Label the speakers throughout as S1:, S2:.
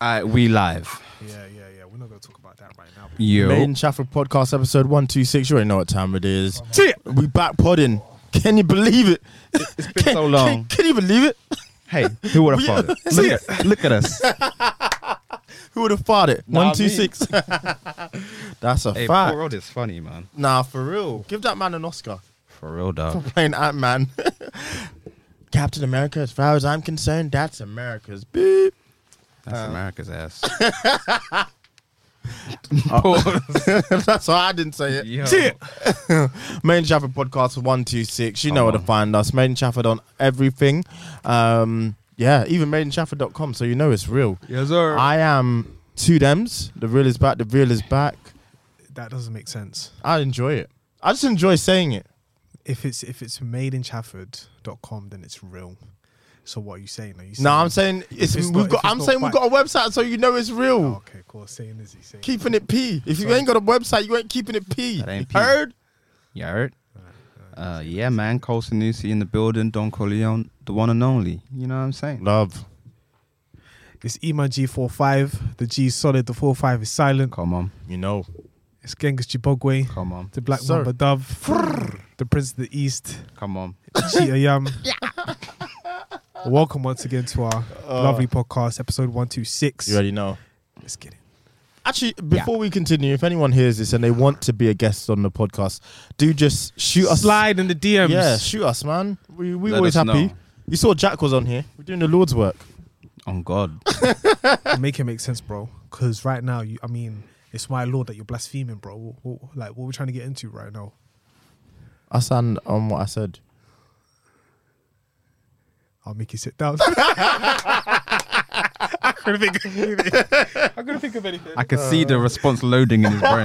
S1: Uh, we live.
S2: Yeah, yeah, yeah. We're not going to talk about that right now.
S1: Yo.
S3: Maiden Shaffer podcast episode 126. You already know what time it is. We back podding. Can you believe it?
S1: It's been
S3: Can,
S1: so long.
S3: Can, can you believe it?
S1: Hey, who would have thought it?
S3: See
S1: Look at, look at us.
S3: Who would have thought it?
S1: Nah,
S3: 126. That's a
S1: Hey,
S3: fact.
S1: Poor Old is funny, man.
S3: Nah, for real. Give that man an Oscar.
S1: For real, dog.
S3: Playing Ant Man. Captain America, as far as I'm concerned, that's America's beep.
S1: That's America's ass. Pause.
S3: that's why I didn't say it.
S1: Yo.
S3: Main Chafford podcast 126. You know
S1: Come
S3: where to
S1: on.
S3: find us. Main Chafford on everything. Um, yeah, even maidenchafford.com. So you know it's real.
S1: Yes, sir.
S3: I am two dems. The real is back. The real is back.
S2: That doesn't make sense.
S3: I enjoy it. I just enjoy saying it.
S2: If it's if it's made in Chafford.com, then it's real. So what are you saying? Are you saying
S3: No, I'm saying it's,
S2: it's
S3: we've
S2: not- if
S3: got.
S2: it's
S3: I'm
S2: not
S3: saying we've
S2: back-
S3: got a website, so you know it's real.
S2: Oh, okay, cool. Saying is he saying?
S3: Keeping it p. If you ain't got a website, you ain't keeping it p.
S1: That ain't P.
S3: Heard?
S1: You heard? Uh, yeah, man. Cole Sanusi in the building. Don Corleone, the one and only. You know what I'm saying?
S3: Love.
S2: It's Ema G45. The G is solid. The 45 is silent.
S1: Come on.
S3: You know.
S2: It's Genghis Jibogwe.
S1: Come on.
S2: The Black
S3: Sir.
S2: Mamba Dove. The Prince of the East.
S1: Come on.
S2: Cheetah Yam. Welcome once again to our lovely podcast, episode 126.
S3: Uh, You already know.
S2: Let's get it.
S3: Actually, before we continue, if anyone hears this and they want to be a guest on the podcast, do just shoot us.
S2: Slide in the DMs.
S3: Yeah, shoot us, man. We we
S1: Let
S3: always
S1: us
S3: happy.
S1: know.
S3: You saw Jack was on here. We're doing the Lord's work.
S1: On God.
S2: make it make sense, bro. Because right now, you, I mean, it's my lord that you're blaspheming, bro. What, what- like, what we're trying to get into right now?
S3: I stand on um, what I said.
S2: I'll make you sit down. I couldn't think of anything. I couldn't think of anything.
S1: I can see the response loading in his brain.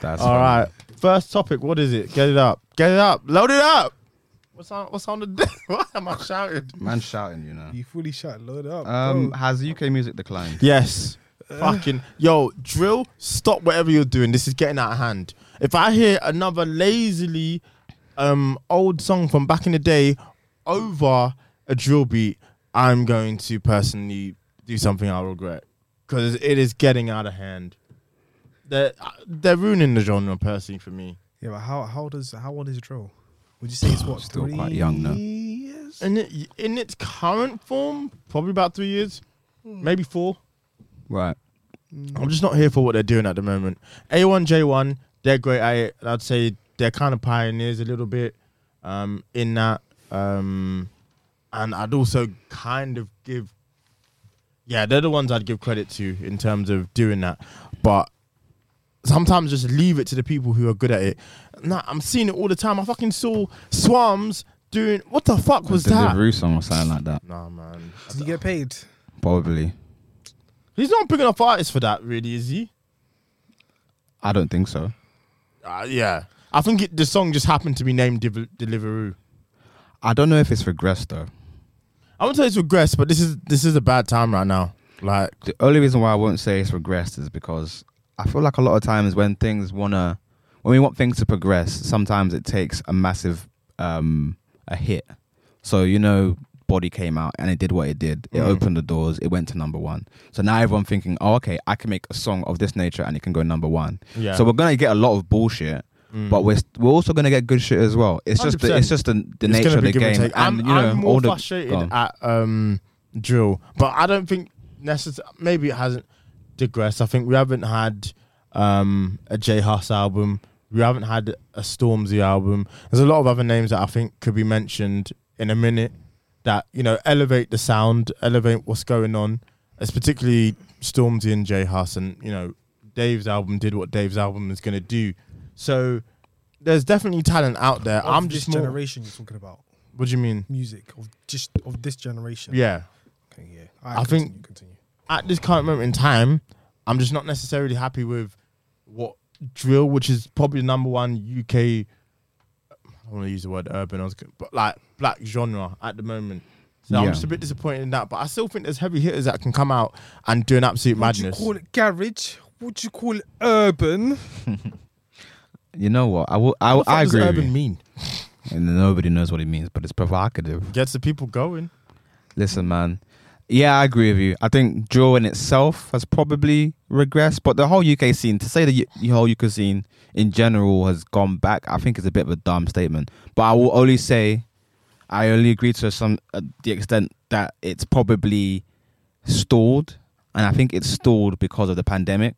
S1: That's
S3: All right. First topic. What is it? Get it up. Get it up. Load it up. What's on? What's on the? Why am I shouting?
S1: Man shouting, you know.
S2: You fully shut load up.
S1: Um,
S2: bro.
S1: has UK music declined?
S3: Yes. Uh. Fucking yo, drill. Stop whatever you're doing. This is getting out of hand. If I hear another lazily um old song from back in the day over a drill beat, I'm going to personally do something I'll regret because it is getting out of hand. They're uh, they're ruining the genre personally for me.
S2: Yeah, but how how does how old is drill? Would you say it's what?
S1: Still
S2: three
S1: quite young, no?
S2: Years?
S3: In it, in its current form, probably about three years, maybe four.
S1: Right.
S3: I'm just not here for what they're doing at the moment. A1J1, they're great at it. I'd say they're kind of pioneers a little bit um, in that. Um, and I'd also kind of give, yeah, they're the ones I'd give credit to in terms of doing that. But sometimes just leave it to the people who are good at it. Nah, I'm seeing it all the time. I fucking saw Swams doing, what the fuck was
S1: the
S3: that?
S1: Deliveroo song or something like that?
S3: Nah, man.
S2: Did you get paid?
S1: Probably.
S3: He's not big enough artist for that, really, is he?
S1: I don't think so.
S3: Uh, yeah. I think it, the song just happened to be named Div- Deliveroo.
S1: I don't know if it's regressed though.
S3: I won't say it's regressed, but this is this is a bad time right now. Like,
S1: The only reason why I won't say it's regressed is because I feel like a lot of times when things wanna, when we want things to progress, sometimes it takes a massive, um, a hit. So you know, Body came out and it did what it did. It
S3: Mm.
S1: opened the doors. It went to number one. So now everyone thinking, oh, okay, I can make a song of this nature and it can go number one.
S3: Yeah.
S1: So we're gonna get a lot of bullshit.
S3: Mm.
S1: But we're st- we're also gonna get good shit as well. It's just the,
S3: 100%.
S1: it's just the, the
S3: It's
S1: nature
S3: gonna
S1: of
S3: be
S1: the
S3: give and
S1: game.
S3: take. I'm,
S1: and you know,
S3: I'm more
S1: all the
S3: frustrated
S1: go on.
S3: at um, drill, but I don't think necessarily. Maybe it hasn't digressed. I think we haven't had um, a J Huss album. We haven't had a Stormzy album. There's a lot of other names that I think could be mentioned in a minute that you know elevate the sound, elevate what's going on. It's particularly Stormzy and J Huss, and you know Dave's album did what Dave's album is going to do. So there's definitely talent out there.
S2: Of
S3: I'm
S2: this
S3: just more.
S2: generation you're talking about
S3: What do you mean?
S2: music of just of this generation.
S3: Yeah.
S2: okay, yeah.
S3: I
S2: I continue,
S3: think-
S2: think continue.
S3: At this current moment in time, I'm just not necessarily happy with what drill, which is probably the number one UK. I don't want to use the word urban, I was gonna- but like black genre at the moment. So I'm
S1: Yeah.
S3: just a bit disappointed in that, but I still think there's heavy hitters that can come out and do an absolute
S2: Would you
S3: madness.
S2: call it garage? Would you call it urban?
S1: You know what? I will. I,
S3: What the fuck
S1: I
S3: does
S1: agree. with
S3: urban
S1: you.
S3: mean?
S1: And nobody knows what it means, but it's provocative.
S3: Gets the people going.
S1: Listen, man. Yeah, I agree with you. I think drill in itself has probably regressed, but the whole UK scene, to say the U- the whole UK scene in general has gone back, I think is a bit of a dumb statement. But I will only say, I only agree to some uh, the extent that it's probably stalled, and I think it's stalled because of the pandemic.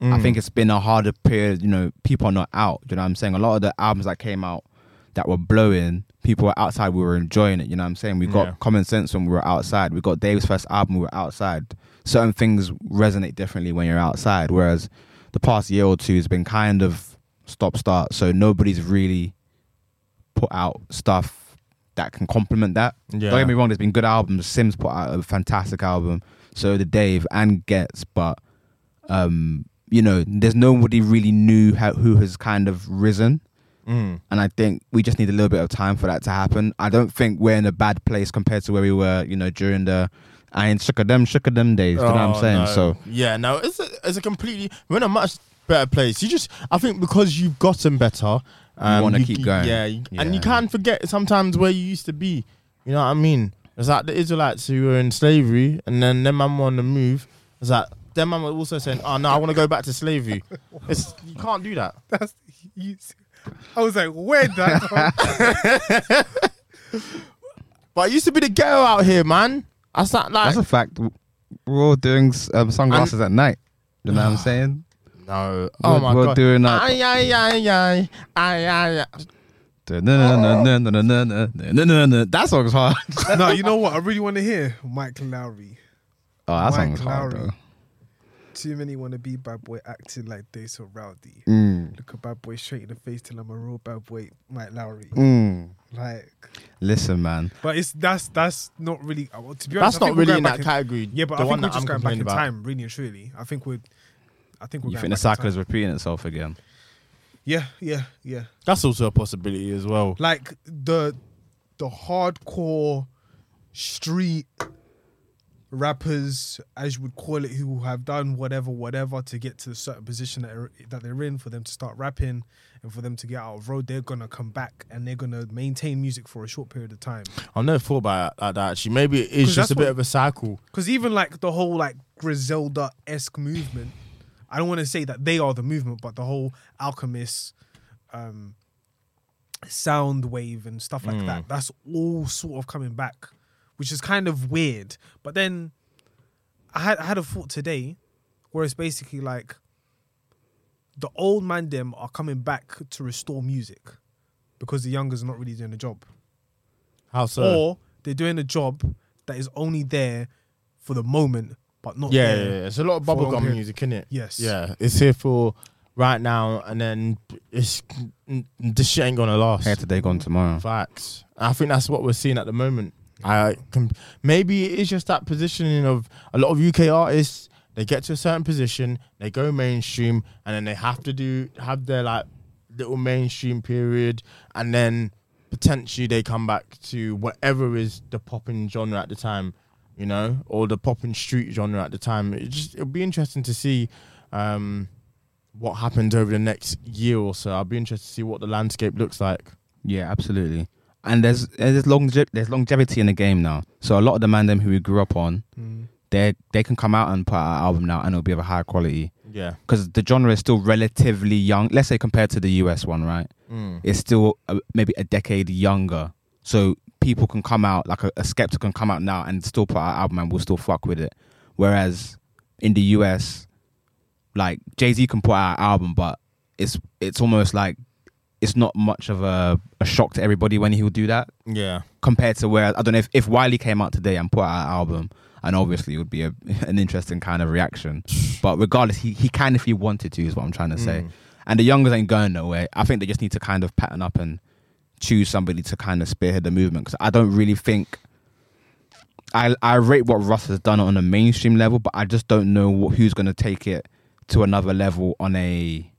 S1: I
S3: Mm.
S1: think it's been a harder period. You know, people are not out. You know what I'm saying? A lot of the albums that came out that were blowing, people were outside. We were enjoying it. You know what I'm saying? We got
S3: Yeah.
S1: common sense when we were outside. We got Dave's first album. We were outside. Certain things resonate differently when you're outside. Whereas the past year or two has been kind of stop start. So nobody's really put out stuff that can complement that.
S3: Yeah.
S1: Don't get me wrong, there's been good albums. Sims put out a fantastic album. So did Dave and Gets, but um, you know, there's nobody really knew how, who has kind of risen.
S3: Mm.
S1: And I think we just need a little bit of time for that to happen. I don't think we're in a bad place compared to where we were, you know, during the I ain't shook of them, shook of them days. you know what I'm
S3: Oh,
S1: saying?
S3: no.
S1: So
S3: yeah, no, it's a, it's a completely we're in a much better place. You just, I think, because you've gotten better, um,
S1: wanna keep going.
S3: yeah, you- and you
S1: Yeah.
S3: can't forget sometimes where you used to be. You know what I mean? It's like the Israelites who were in slavery, and then them man were on the move. It's like them man were also saying, "Oh no, I want to go back to slavery." It's you can't do that.
S2: That's you, I was like, where that? come from?
S3: But it used to be the ghetto out here, man. That's not like
S1: that's a fact. We're all doing um, sunglasses at night. You know what I'm saying?
S3: no. Oh my
S1: we're
S3: god.
S1: doing that.
S3: Ay ay ay ay ay ay. ay.
S1: That song's hard.
S2: no, you know what? I really want to hear Mike Lowry.
S1: Oh, that
S2: Mike
S1: song's hard
S2: Lowry.
S1: though.
S2: Too many want to be bad boy acting like they so rowdy.
S1: Mm,
S2: Look a bad boy straight in the face till I'm a real bad boy, Mike Lowry.
S1: mm.
S2: Like,
S1: Listen, man.
S2: but it's that's that's not really. uh, well, To be honest,
S3: That's
S2: I
S3: not
S2: think we're
S3: really
S2: going
S3: in
S2: back
S3: that category.
S2: Yeah, but
S3: the
S2: I
S3: one
S2: think we're
S3: that I'm
S2: just going back
S3: complaining
S2: in
S3: about.
S2: time, really and truly. I think we're, I think we're.
S1: You
S2: going
S1: think the
S2: back in
S1: cycle is
S2: time.
S1: repeating itself again?
S2: Yeah, yeah, yeah.
S3: That's also a possibility as well.
S2: like the the hardcore street rappers, as you would call it, who have done whatever, whatever to get to a certain position that are, that they're in for them to start rapping and for them to get out of road, they're gonna come back and they're gonna maintain music for a short period of time.
S3: I've never thought about it like that actually. Maybe it is
S2: 'Cause
S3: just
S2: that's
S3: a bit
S2: what-
S3: of a cycle.
S2: Because even like the whole like Griselda esque movement, I don't want to say that they are the movement, but the whole Alchemist, um, sound wave and stuff like that. That's all sort of coming back, which is kind of weird. But then, I had I had a thought today, where it's basically like the old man them are coming back to restore music, because the youngers are not really doing the job
S3: How so?
S2: or they're doing a job that is only there for the moment, but not
S3: yeah, yeah,
S2: there.
S3: yeah. It's a lot of
S2: For a long
S3: bubblegum
S2: period.
S3: music, isn't it?
S2: Yes.
S3: Yeah. It's here for right now and then it's this shit ain't gonna last.
S1: Here today, gone tomorrow.
S3: Facts. I think that's what we're seeing at the moment. I can, maybe it is just that positioning of a lot of UK artists. They get to a certain position, they go mainstream, and then they have to do have their like little mainstream period, and then potentially they come back to whatever is the popping genre at the time, you know, or the popping street genre at the time. It just it'll be interesting to see. Um, what happens over the next year or so? I'll be interested to see what the landscape looks like.
S1: Yeah, absolutely. and there's there's longe- there's longevity in the game now. So a lot of the man them who we grew up on, they they can come out and put out an album now, and it'll be of a higher quality
S3: Yeah.
S1: because the genre is still relatively young. Let's say compared to the US one, right?
S3: Mm.
S1: It's still uh maybe a decade younger. So people can come out like a, a skeptic can come out now and still put out an album and we'll still fuck with it. Whereas in the US, like Jay Z can put out an album, but it's it's almost like it's not much of a, a shock to everybody when he'll do that
S3: Yeah.
S1: compared to where I don't know if, if Wiley came out today and put out an album, and obviously it would be a, an interesting kind of reaction. But regardless, he, he can if he wanted to, is what I'm trying to
S3: Mm.
S1: say. And the youngers ain't going nowhere. I think they just need to kind of pattern up and choose somebody to kind of spearhead the movement because I don't really think. I, I rate what Russ has done on a mainstream level, but I just don't know what, who's going to take it to another level on a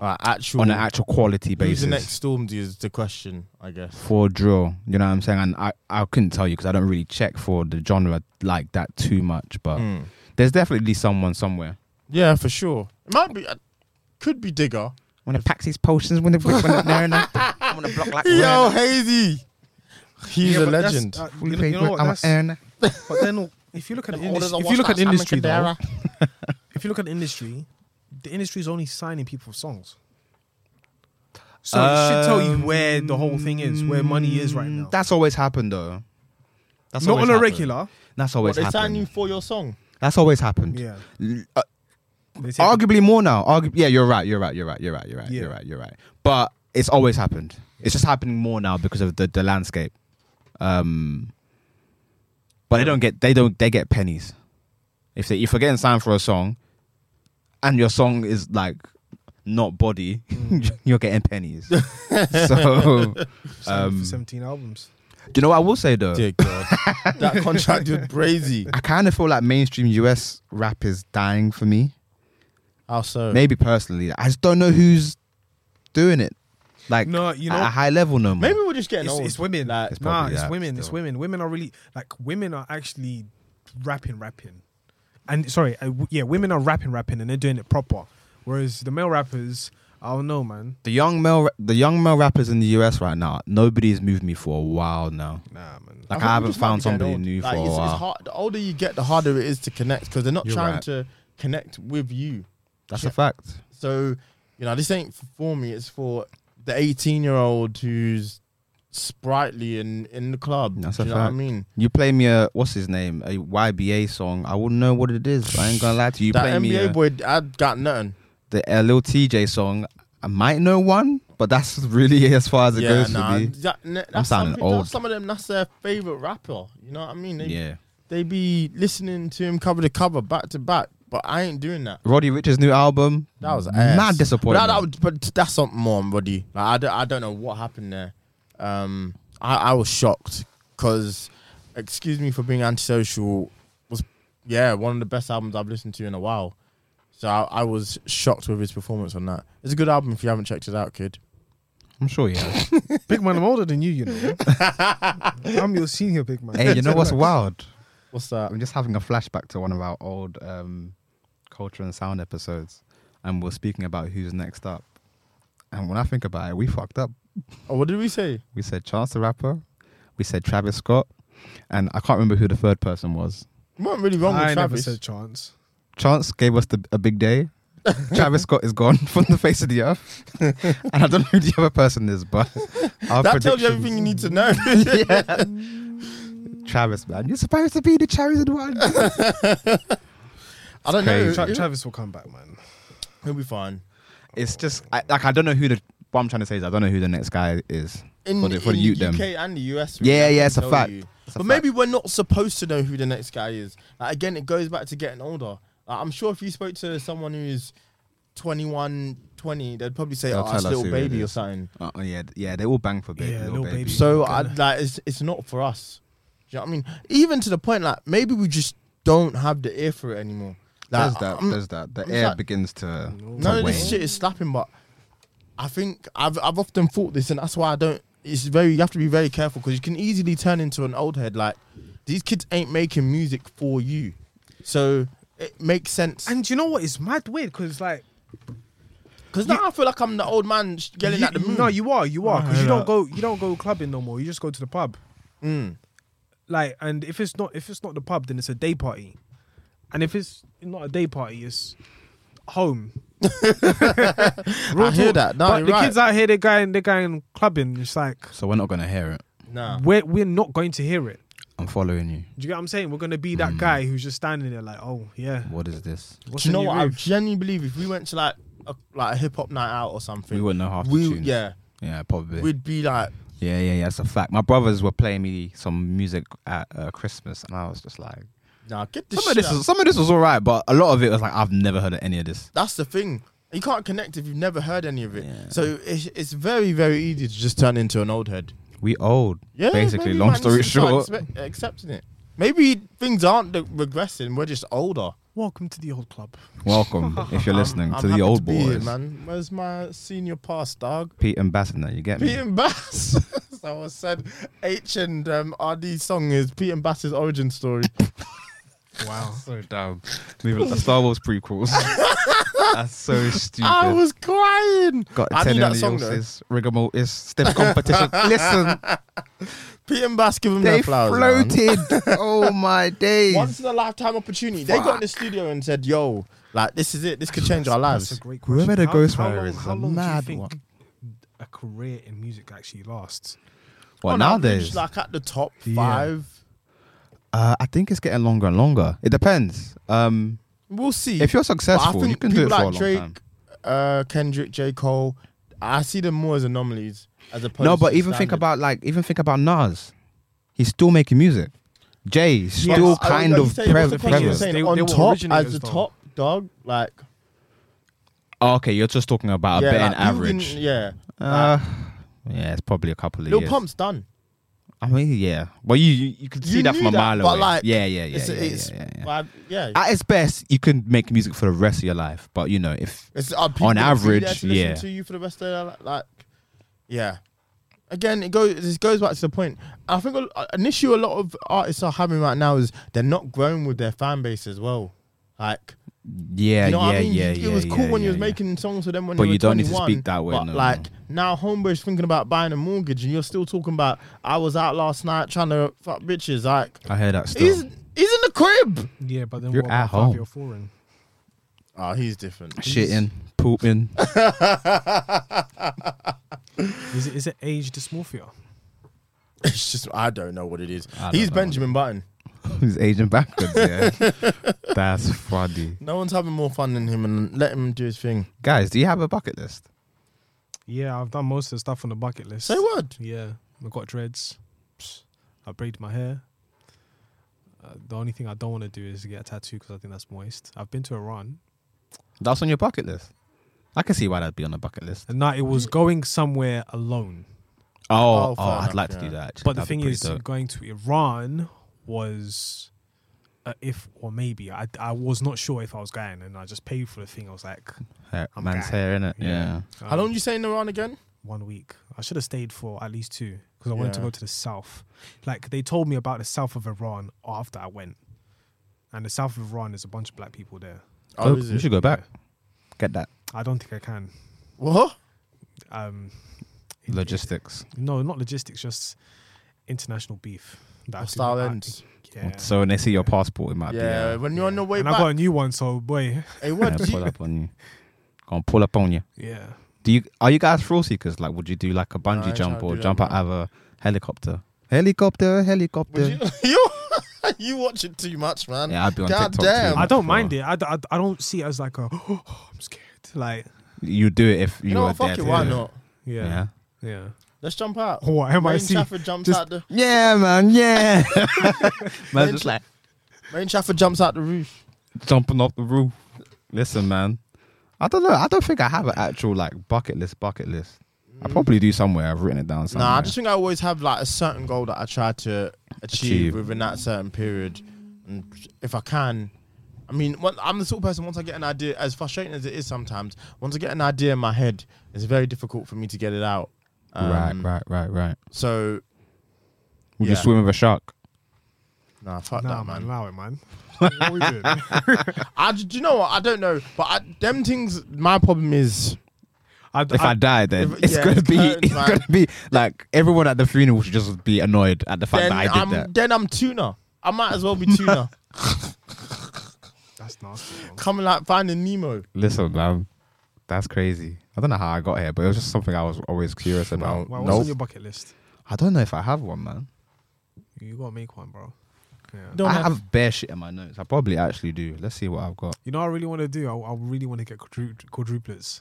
S3: Alright, Uh, actual.
S1: on an actual quality
S3: who's
S1: basis
S3: the next Storm is the question, I guess.
S1: for drill. You know what I'm saying? And I, I couldn't tell you because I don't really check for the genre like that too much. But
S2: Hmm.
S3: Mm.
S1: there's definitely someone somewhere.
S3: Yeah, for sure. It might be. uh, Could be Digger.
S1: When it packs his potions, when, they, when they're in a, I'm on a block like
S3: Yo, Hazy. He's
S2: Yeah,
S3: a
S2: but that's-
S3: legend.
S2: uh,
S1: Fully
S2: you, know,
S1: paid
S2: you know
S1: work,
S2: what?
S1: I'm
S2: That's,
S1: earner.
S2: but then, if you look at the industry, if you look at the industry, though, if you look at the industry, the industry is only signing people for songs. So it should tell you where the whole thing is, where money is right
S3: Um,
S2: now.
S1: Mm, That's always happened though. That's
S2: Not
S1: always
S2: on a
S1: happened.
S2: regular.
S1: That's
S3: What,
S1: always
S3: they signed
S1: happened.
S3: you for your song.
S1: That's always happened.
S2: Yeah.
S1: L- uh,
S2: They take-
S1: arguably more now. Argu- yeah, you're right. You're right. You're right. You're right. You're right.
S2: Yeah.
S1: You're right. You're right. But it's always happened. It's just happening more now because of the, the landscape. Um, but they don't get they don't they get pennies if they if you're getting signed for a song, and your song is like not body, you're getting pennies. so
S2: signed
S3: Um,
S2: for 17 albums.
S1: you know what I will say though.
S3: Dear God. that contract was crazy.
S1: I kind of feel like mainstream US rap is dying for me.
S3: How so?
S1: maybe personally. I just don't know who's doing it. Like
S2: No, you
S1: at
S2: know-
S1: a high level no more.
S3: Maybe we're just getting
S2: It's,
S3: old.
S2: it's women.
S3: Like,
S2: nah,
S1: probably
S2: it's
S1: that
S2: women. It's
S1: still.
S2: women. Women are really like women are actually rapping, rapping, and sorry, uh, w- yeah, women are rapping, rapping, and they're doing it proper. Whereas the male rappers, I don't know, man.
S1: the young male the young male rappers in the US right now, nobody's moved me for a while now.
S2: Nah, man.
S1: Like
S3: think
S1: I,
S3: we
S1: haven't
S3: just might
S1: found
S3: be getting
S1: somebody
S3: old.
S1: new
S3: Like,
S1: for a
S3: it's,
S1: while.
S3: It's hard. The older you get, the harder it is to connect because they're not
S1: You're
S3: trying
S1: right.
S3: to connect with you.
S1: That's
S3: Yeah.
S1: a fact.
S3: So, you know, this ain't f- for me. It's for the 18 year old who's sprightly in, in the club.
S1: That's
S3: Do
S1: a
S3: you know what I
S1: fact.
S3: mean?
S1: You play me a what's his name? A YBA song. I wouldn't know what it is. I ain't gonna lie to you. You play
S3: that
S1: me
S3: NBA
S1: a,
S3: boy, I got nothing.
S1: the uh, Lil TJ song. I might know one, but that's really as far as it
S3: Yeah,
S1: goes
S3: nah.
S1: for me.
S3: That, n- that's
S1: sounding
S3: something- that's
S1: old.
S3: Some of them, that's their favorite rapper. You know what I mean? They,
S1: Yeah.
S3: they be listening to him cover to cover, back to back. But I ain't doing that.
S1: Roddy Rich's new album.
S3: That was ass.
S1: mad disappointment.
S3: But, that, that was- but that's something more on Roddy. Like, I, don't, I don't know what happened there. Um, I, I was shocked because, excuse me for being antisocial, was yeah one of the best albums I've listened to in a while. So I, I was shocked with his performance on that. It's a good album if you haven't checked it out, kid.
S1: I'm sure you have.
S2: Big man, I'm older than you, you know. I'm your senior, big man.
S1: hey, you know what's
S2: Relax.
S1: wild?
S3: What's that?
S1: I'm just having a flashback to one of our old um, culture and sound episodes, and we're speaking about who's next up. And when I think about it, we fucked up.
S3: Oh, what did we say?
S1: We said Chance the Rapper, we said Travis Scott, and I can't remember who the third person was.
S3: You weren't really wrong with
S2: I never
S3: Travis.
S2: said chance.
S1: Chance gave us the, a big day. Travis Scott is gone from the face of the earth, and I don't know who the other person is, but our
S3: that tells you
S1: predictions-
S3: everything you need to know.
S1: yeah. Travis, man, you're supposed to be the chosen one.
S3: I don't
S1: crazy.
S3: know.
S2: Tra-
S3: He'll-
S2: Travis will come back, man.
S3: He'll be fine.
S1: it's just I, like I don't know who the. What I'm trying to say is I don't know who the next guy is
S3: in,
S1: for the for
S3: in
S1: the youth
S3: UK
S1: them.
S3: and the US.
S1: Yeah,
S3: really, I
S1: yeah,
S3: can
S1: it's a
S3: tell
S1: fact.
S3: you.
S1: It's a
S3: But
S1: fact.
S3: maybe we're not supposed to know who the next guy is. Like, again, it goes back to getting older. Like, I'm sure if you spoke to someone who's 21, 20, they'd probably say,
S1: They'll
S3: "Oh,
S1: tell
S3: it's
S1: us
S3: little
S1: who it
S3: baby or
S1: is.
S3: something."
S1: Uh, uh, yeah, th- yeah, they all bang for baby.
S2: Yeah,
S1: little
S2: Lil
S1: baby.
S2: Baby.
S3: So I,
S2: Gonna-
S3: like, it's it's not for us. Do you know what I mean? Even to the point, like, maybe we just don't have the ear for it anymore.
S1: there's
S3: Like,
S1: that.
S3: I'm-
S1: there's that. The
S3: I'm
S1: air
S3: sorry.
S1: begins to.
S3: None
S1: to
S3: of
S1: wane.
S3: this shit is slapping, but I think I've I've often thought this, and that's why I don't. It's very you have to be very careful because you can easily turn into an old head. Like these kids ain't making music for you, so it makes sense.
S2: And you know what? It's mad weird because like
S3: Because now I feel like I'm the old man sh- yelling
S2: You-
S3: at the moon.
S2: No, you are, you are,
S1: Ah,
S2: because you
S3: yeah.
S2: don't go, you don't go clubbing no more. You just go to the pub.
S3: Mm.
S2: Like, and if it's not, if it's not the pub, then it's a day party, and if it's not a day party, it's home. Real
S3: I hear
S2: talk.
S3: that. No,
S2: but
S3: you're
S2: the
S3: right.
S2: kids out here, they're going, they're going clubbing. It's like
S1: So we're not gonna hear it.
S3: nah.
S2: we're we're not going to hear it.
S1: I'm following you.
S2: Do you get what I'm saying? We're gonna be that guy who's just standing there like, oh yeah.
S1: Hmm. What is this?
S2: What's
S3: Do you
S2: on your
S3: know what? I
S2: roof?
S3: genuinely believe if we went to like a, like a hip hop night out or something,
S1: We wouldn't know half the
S3: we
S1: tunes.
S3: yeah,
S1: Yeah, probably.
S3: we'd be like,
S1: yeah, yeah, yeah. That's a fact. My brothers were playing me some music at uh, Christmas, and I was just like,
S3: nah, get this.
S1: some of this,
S3: shit out.
S1: was, some of this was all right, but a lot of it was like, I've never heard of any of this.
S3: That's the thing. You can't connect if you've never heard any of it.
S1: Yeah.
S3: So it's, it's very very easy to just turn into an old head.
S1: We old,
S3: Yeah,
S1: basically.
S3: maybe
S1: Long
S3: man
S1: story
S3: needs to
S1: short,
S3: start expe- uh, accepting it. Maybe things aren't the- regressing. We're just older.
S2: Welcome to the old club.
S1: welcome if you're
S3: I'm-
S1: listening
S3: I'm
S1: to the
S3: happy
S1: old
S3: be here,
S1: boys,
S3: man. Where's my senior pass, dog?
S1: Pete and Bassner. You get
S3: Pete
S1: me?
S3: and Bass. so I said H and um, RD's song is Pete and Bass's origin story.
S2: Wow.
S1: So dumb. Moving on to Star Wars prequels. That's so stupid.
S3: I was crying.
S1: Got
S3: I
S1: ten
S3: knew that
S1: years
S3: song though.
S1: else's rigmarole stiff competition. Listen,
S3: Pete and Bass give them
S1: they
S3: their flowers. man.
S1: floated. oh my days.
S3: Once in a lifetime opportunity. They got in the studio and said, "Yo, like this is it. This could change our
S2: That's
S3: lives."
S2: a great question.
S1: Whoever the
S2: How-
S1: Ghost
S2: how
S1: Rider
S2: long-
S1: is, a
S2: how long do you
S1: mad
S2: think
S1: one.
S2: A career in music actually lasts.
S1: Well,
S3: On
S1: nowadays,
S3: average, like at the top
S2: Yeah.
S3: five.
S1: uh, I think it's getting longer and longer. It depends. Um,
S3: We'll see.
S1: if you're
S3: But I
S1: successful,
S3: think
S1: you can do it
S3: people
S1: for
S3: like
S1: a long
S3: Drake,
S1: time.
S3: uh, Kendrick, J. Cole. I see them more as anomalies as opposed.
S1: No, but
S3: to
S1: even think
S3: standard.
S1: about like even think about Nas. He's still making music. Jay is
S2: Yes,
S1: still
S2: I-
S3: I-
S1: kind
S3: are you
S1: of pre-
S3: saying- what's the question you're
S1: prevalent.
S2: prevalence.
S3: saying?
S2: They-
S3: on
S2: they were
S3: top as
S2: originators,
S3: the
S2: though.
S3: top dog, like
S1: Okay, you're just talking about a
S3: yeah,
S1: bit in
S3: like, people can-
S1: average.
S3: yeah,
S1: Uh, yeah, it's probably a couple of
S3: Lil
S1: years.
S3: Pump's done.
S1: I mean, yeah. Well, you you, you could see
S3: You
S1: that from
S3: knew
S1: a
S3: that,
S1: mile
S3: but,
S1: away.
S3: like,
S1: yeah, yeah, yeah,
S3: It's,
S1: yeah,
S3: it's,
S1: yeah, yeah, yeah.
S3: like, yeah.
S1: At its best, you can make music for the rest of your life. But you know, if
S3: It's are people
S1: On
S3: gonna be there
S1: average,
S3: to listen
S1: yeah.
S3: To you for the rest of their li- like, yeah. Again, it goes. This goes back to the point. I think a- uh, an issue a lot of artists are having right now is they're not growing with their fan base as well. Like,
S1: yeah,
S3: you know
S1: yeah,
S3: what I mean?
S1: yeah,
S3: it
S1: yeah.
S3: was cool
S1: yeah,
S3: when you
S1: yeah,
S3: was
S1: yeah.
S3: making songs for them when
S1: But
S3: they were
S1: you don't need to
S3: 21,
S1: speak that way,
S3: But
S1: no,
S3: like
S1: no.
S3: now, homeboys thinking about buying a mortgage, and you're still talking about I was out last night trying to fuck bitches. Like,
S1: I heard that
S3: he's he's
S1: still.
S3: in the crib.
S2: Yeah, but then
S1: You're
S2: what
S1: at
S2: about
S1: home.
S2: five year foreign?
S3: Oh, he's different.
S1: Shitting, pooping.
S2: Is it is it age dysmorphia?
S3: It's just I don't know what it is.
S1: I don't
S3: He's
S1: know.
S3: Benjamin Button.
S1: He's aging backwards. Yeah, that's funny.
S3: No one's having more fun than him, and let him do his thing.
S1: Guys, do you have a bucket list?
S2: Yeah, I've done most of the stuff on the bucket list.
S3: Say what?
S2: Yeah, I got dreads. Psst, I braided my hair. Uh, the only thing I don't want to do is get a tattoo because I think that's moist. I've been to Iran,
S1: That's on your bucket list. I can see why that'd be on the bucket list.
S2: and now it was going somewhere alone.
S1: Oh, oh,
S3: Oh, fair
S1: I'd
S3: enough,
S1: like to
S3: yeah.
S1: do that. Actually.
S2: But the
S1: That'd be
S2: thing
S1: pretty
S2: is,
S1: dope.
S2: going to Iran was a if or maybe. I, I was not sure if I was going, and I just paid for the thing. I was like,
S1: Hair-
S2: I'm
S1: man's
S2: guy.
S1: hair in it. Yeah.
S2: Um,
S3: How long you staying around again?
S2: one week. I should have stayed for at least two because I wanted to
S3: Yeah.
S2: go to the south. Like they told me about the south of Iran after I went, and the south of Iran is a bunch of black people there.
S1: Oh,
S3: Oh, is
S1: you
S3: it?
S1: should go back. Get that
S2: I don't think I can.
S3: What?
S2: Um, in-
S1: logistics.
S2: in- no, not logistics, just international beef. That I have to-
S3: Hostile
S2: I-
S3: ends.
S2: Yeah.
S1: So when they see your passport, it might
S3: Yeah,
S1: be. Uh,
S3: when you're on the way
S2: and I
S3: back.
S2: got a new one, so boy,
S3: hey,
S1: gonna
S3: what? do
S1: pull
S3: you,
S1: up on you. Gonna pull up on you.
S2: yeah.
S1: Do you? Are you guys thrill seekers? Like, would you do like a bungee
S3: I ain't trying
S1: jump
S3: to
S1: or
S3: do that,
S1: jump out
S3: man.
S1: of a helicopter? Helicopter, helicopter.
S3: would you, you, you watch it too much, man.
S1: Yeah, I'd be on
S3: God
S1: TikTok
S3: damn.
S1: too.
S2: I
S1: much
S2: don't
S1: Oh, for-
S2: mind it. I, d- I d- I don't see it as like a oh, I'm scared. Like
S1: You do it if you,
S3: You know
S1: were
S3: what?
S1: there
S3: Fuck it.
S1: to
S3: Why
S1: do
S3: not?
S1: Yeah.
S2: yeah,
S1: yeah.
S2: yeah.
S3: Let's jump out.
S2: What am I
S3: Rain
S2: seeing?
S3: Trafford jumps
S2: Just-
S3: out the.
S1: man, yeah. Man's just like
S3: Rain Trafford jumps out the roof.
S1: jumping off the roof. Listen, man, I don't know. I don't think I have an actual like bucket list. Bucket list. I probably do somewhere. I've written it down somewhere.
S3: Mm. Nah, I just think I always have like a certain goal that I try to
S1: Achieve.
S3: achieve, within that certain period, and if I can, I mean, one- I'm the sort of person once I get an idea, as frustrating as it is sometimes, once I get an idea in my head, it's very difficult for me to get it out.
S1: right,
S3: Um,
S1: right, right, right.
S3: So,
S1: Would you
S3: yeah.
S1: swim with a shark?
S3: nah, fuck
S2: Nah,
S3: that, man.
S2: man, allow it, man. What are we doing?
S3: I, do you know what? I don't know, but I, them things. My problem is
S2: I,
S1: If I,
S2: I,
S1: die, then
S3: if-
S1: it's
S3: yeah,
S1: gonna be
S3: curtains,
S1: it's
S3: man.
S1: gonna be like everyone at the funeral should just be annoyed at the fact
S3: Then
S1: that I did
S3: I'm
S1: that.
S3: then I'm tuna. I might as well be tuna.
S2: that's nasty. bro.
S3: Coming like finding Nemo.
S1: Listen, man, that's crazy. I don't know how I got here, but it was just something I was always curious about.
S2: Well,
S1: No,
S2: what's on your bucket list?
S1: I don't know if I have one, man.
S2: You gotta make one, bro. Yeah.
S3: Don't
S1: I
S3: have-
S1: have bare shit in my notes. I probably actually do. Let's see what I've got.
S2: You know, what I really want to do. I, I really want to get quadru- quadruplets.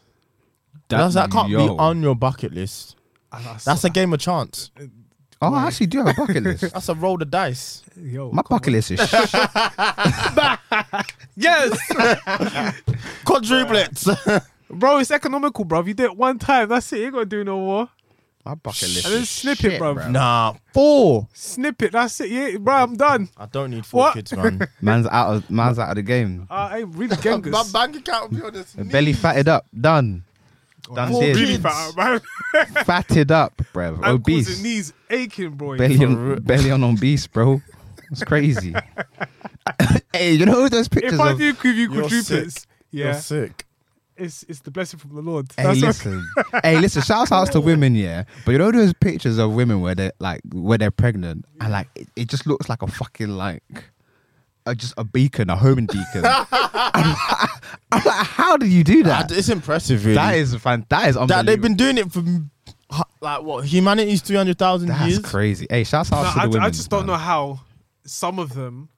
S3: That's- that can't
S1: yo.
S3: be on your bucket list.
S2: I- I-
S3: That's a game of chance.
S1: Oh, I actually do have a bucket list.
S3: That's a roll the dice.
S2: Yo,
S1: My
S2: Oh, come
S1: bucket list is shit.
S2: on. Yes,
S3: Quadruplets.
S2: bro. It's economical, bro. If you do it one time, that's it. You ain't gonna do no more.
S1: My bucket list.
S2: And then
S1: is
S2: snip it,
S1: shit,
S2: bruv.
S1: bruv.
S3: nah, four.
S2: Snip it. That's it. Yeah, bro. I'm done.
S3: I don't need four
S2: What?
S3: kids, man.
S1: Man's out of man's out of the game.
S2: Uh, I ain't really Genghis.
S3: My bank account will be on this.
S1: Belly fatted up, done. Done
S3: that's
S1: did.
S2: really
S3: kids.
S2: fat, man.
S1: fatted up, bruv.
S2: Ankles
S1: Obese.
S2: and knees aching, bro.
S1: belly on belly on obese, bro. It's crazy. hey, you know those pictures
S2: If I
S1: of?
S2: do give you
S3: You're
S2: quadruplets,
S3: sick. You're
S2: yeah,
S3: sick.
S2: it's it's the blessing from the Lord.
S1: Hey,
S2: That's what-
S1: listen. hey, listen. Shout outs to women, yeah. But you know those pictures of women where they're like where they're pregnant and like it, it just looks like a fucking like. A, just a beacon, a homing beacon. I'm, like, how do you do
S3: Nah,
S1: that?
S3: it's impressive, really.
S1: That is fan. That is unbelievable.
S3: that they've been doing it for like what humanity's three hundred thousand
S1: That's
S3: years.
S1: crazy. Hey, shout out
S2: No,
S1: to the
S2: I,
S1: women.
S2: I just
S1: man.
S2: don't know how some of them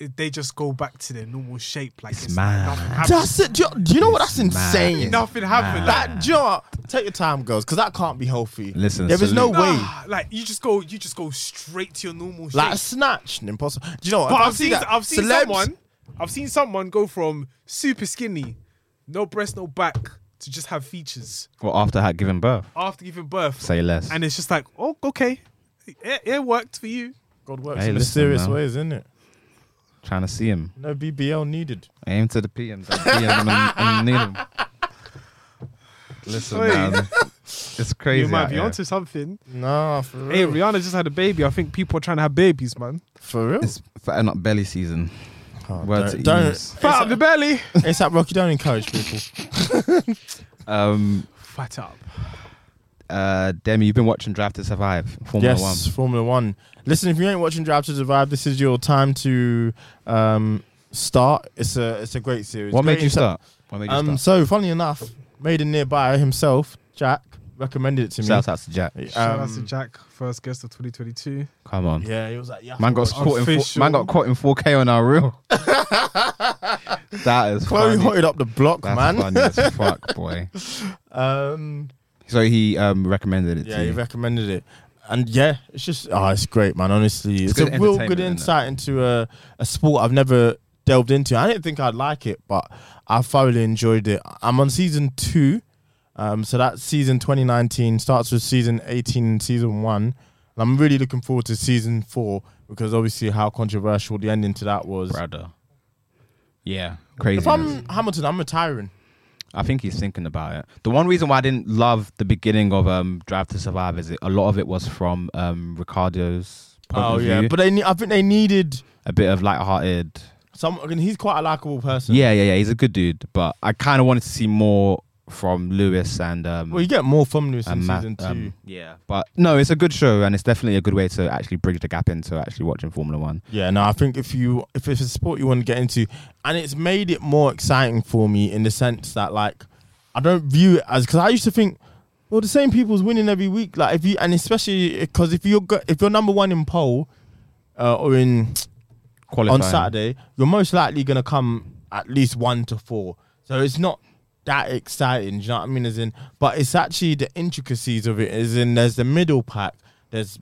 S2: eh, they just go back to their normal shape. Like
S1: It's
S2: it's,
S1: mad.
S2: Like nothing happened.
S3: That's it. Do you, do you know what? That's
S1: It's mad.
S3: insane.
S1: No,
S2: nothing happened. Like,
S3: That, do you know what? Take your time, girls, because that can't be healthy.
S1: Listen,
S3: there is no
S1: salute.
S3: way.
S2: nah, like you just go, you just go straight to your normal
S3: Like
S2: shape.
S3: snatched, impossible. Do you know what?
S2: But
S3: If I
S2: I've
S3: see
S2: seen,
S3: that,
S2: I've seen
S3: celebs-
S2: someone, I've seen someone go from super skinny, no breast, no back, to just have features
S1: Well, after ha- giving birth,
S2: after giving birth.
S1: say less.
S2: and it's just like, oh, okay, it, it worked for you.
S3: God works
S1: Hey, listen,
S3: in mysterious
S1: man.
S3: ways, isn't it?
S1: Trying to see him.
S3: No BBL needed.
S1: Aim to the PM. Don't PM him and, and nail him. Listen,
S2: Oi.
S1: man. It's crazy.
S2: you might
S1: out
S2: be
S1: here.
S2: onto something.
S3: Nah, for real.
S2: Hey, Rihanna just had a baby. I think people are trying to have babies, man.
S3: for real.
S1: It's fatten up belly season.
S3: Oh,
S1: Word
S3: don't,
S1: to
S3: don't-
S1: Eunice.
S3: It's
S2: Fat up the
S3: that-
S2: belly.
S3: it's that Rocky. Don't encourage people.
S1: Um,
S2: Fat up.
S1: uh, Demi, you've been watching Drive to Survive, Formula
S3: yes, Formula One. Listen, if you ain't watching Drive to Survive, this is your time to um, start. It's a it's a great series.
S1: One. What made
S3: Great
S1: you
S3: inter-
S1: start? What made you
S3: Um,
S1: start?
S3: so funny enough, Maiden nearby himself, Jack, recommended it to me.
S1: Shout out to Jack.
S2: Shout out to
S3: Um,
S2: Jack, first guest of 2022.
S1: Come on.
S3: Yeah, he was like, yeah.
S1: Man got
S3: watch it.
S1: caught in four,
S2: Official.
S1: man got caught in 4K on our reel. that is
S3: Chloe
S1: funny.
S3: hotted up the block,
S1: That's
S3: man.
S1: funny as fuck, boy.
S3: Um,
S1: So he um recommended it
S3: yeah,
S1: to
S3: he
S1: you.
S3: recommended it, and yeah, it's just oh, it's great, man. Honestly, it's,
S1: good
S3: a real
S1: entertainment,
S3: good
S1: isn't
S3: insight into a a sport I've never delved into. I didn't think I'd like it, but I thoroughly enjoyed it. I'm on season two, um, so that's season 2019 starts with season 18 and season one. And I'm really looking forward to season four because obviously how controversial the ending to that was.
S1: brother. Yeah, crazy.
S3: If I'm Hamilton, I'm retiring.
S1: I think he's thinking about it. The one reason why I didn't love the beginning of um, Drive to Survive is it, a lot of it was from um, Ricardo's point
S3: Oh
S1: of
S3: yeah,
S1: view.
S3: but they ne- I think they needed
S1: a bit of light-hearted.
S3: some. I mean, he's quite a likable person.
S1: Yeah, yeah, yeah. He's a good dude, but I kind of wanted to see more from Lewis and um,
S3: Well, you get more from Lewis in
S1: and Matt,
S3: season two.
S1: um, yeah, but no, it's a good show and it's definitely a good way to actually bridge the gap into actually watching Formula One.
S3: Yeah, no, I think if you if it's a sport you want to get into, and it's made it more exciting for me in the sense that like I don't view it as because I used to think, well, the same people's winning every week. Like if you and especially because if you're go- if you're number one in pole uh, or in
S1: Qualifying
S3: on Saturday, you're most likely gonna come at least one to four. So it's not that exciting, do you know what I mean? As in, but it's actually the intricacies of it. As in, there's the middle pack, there's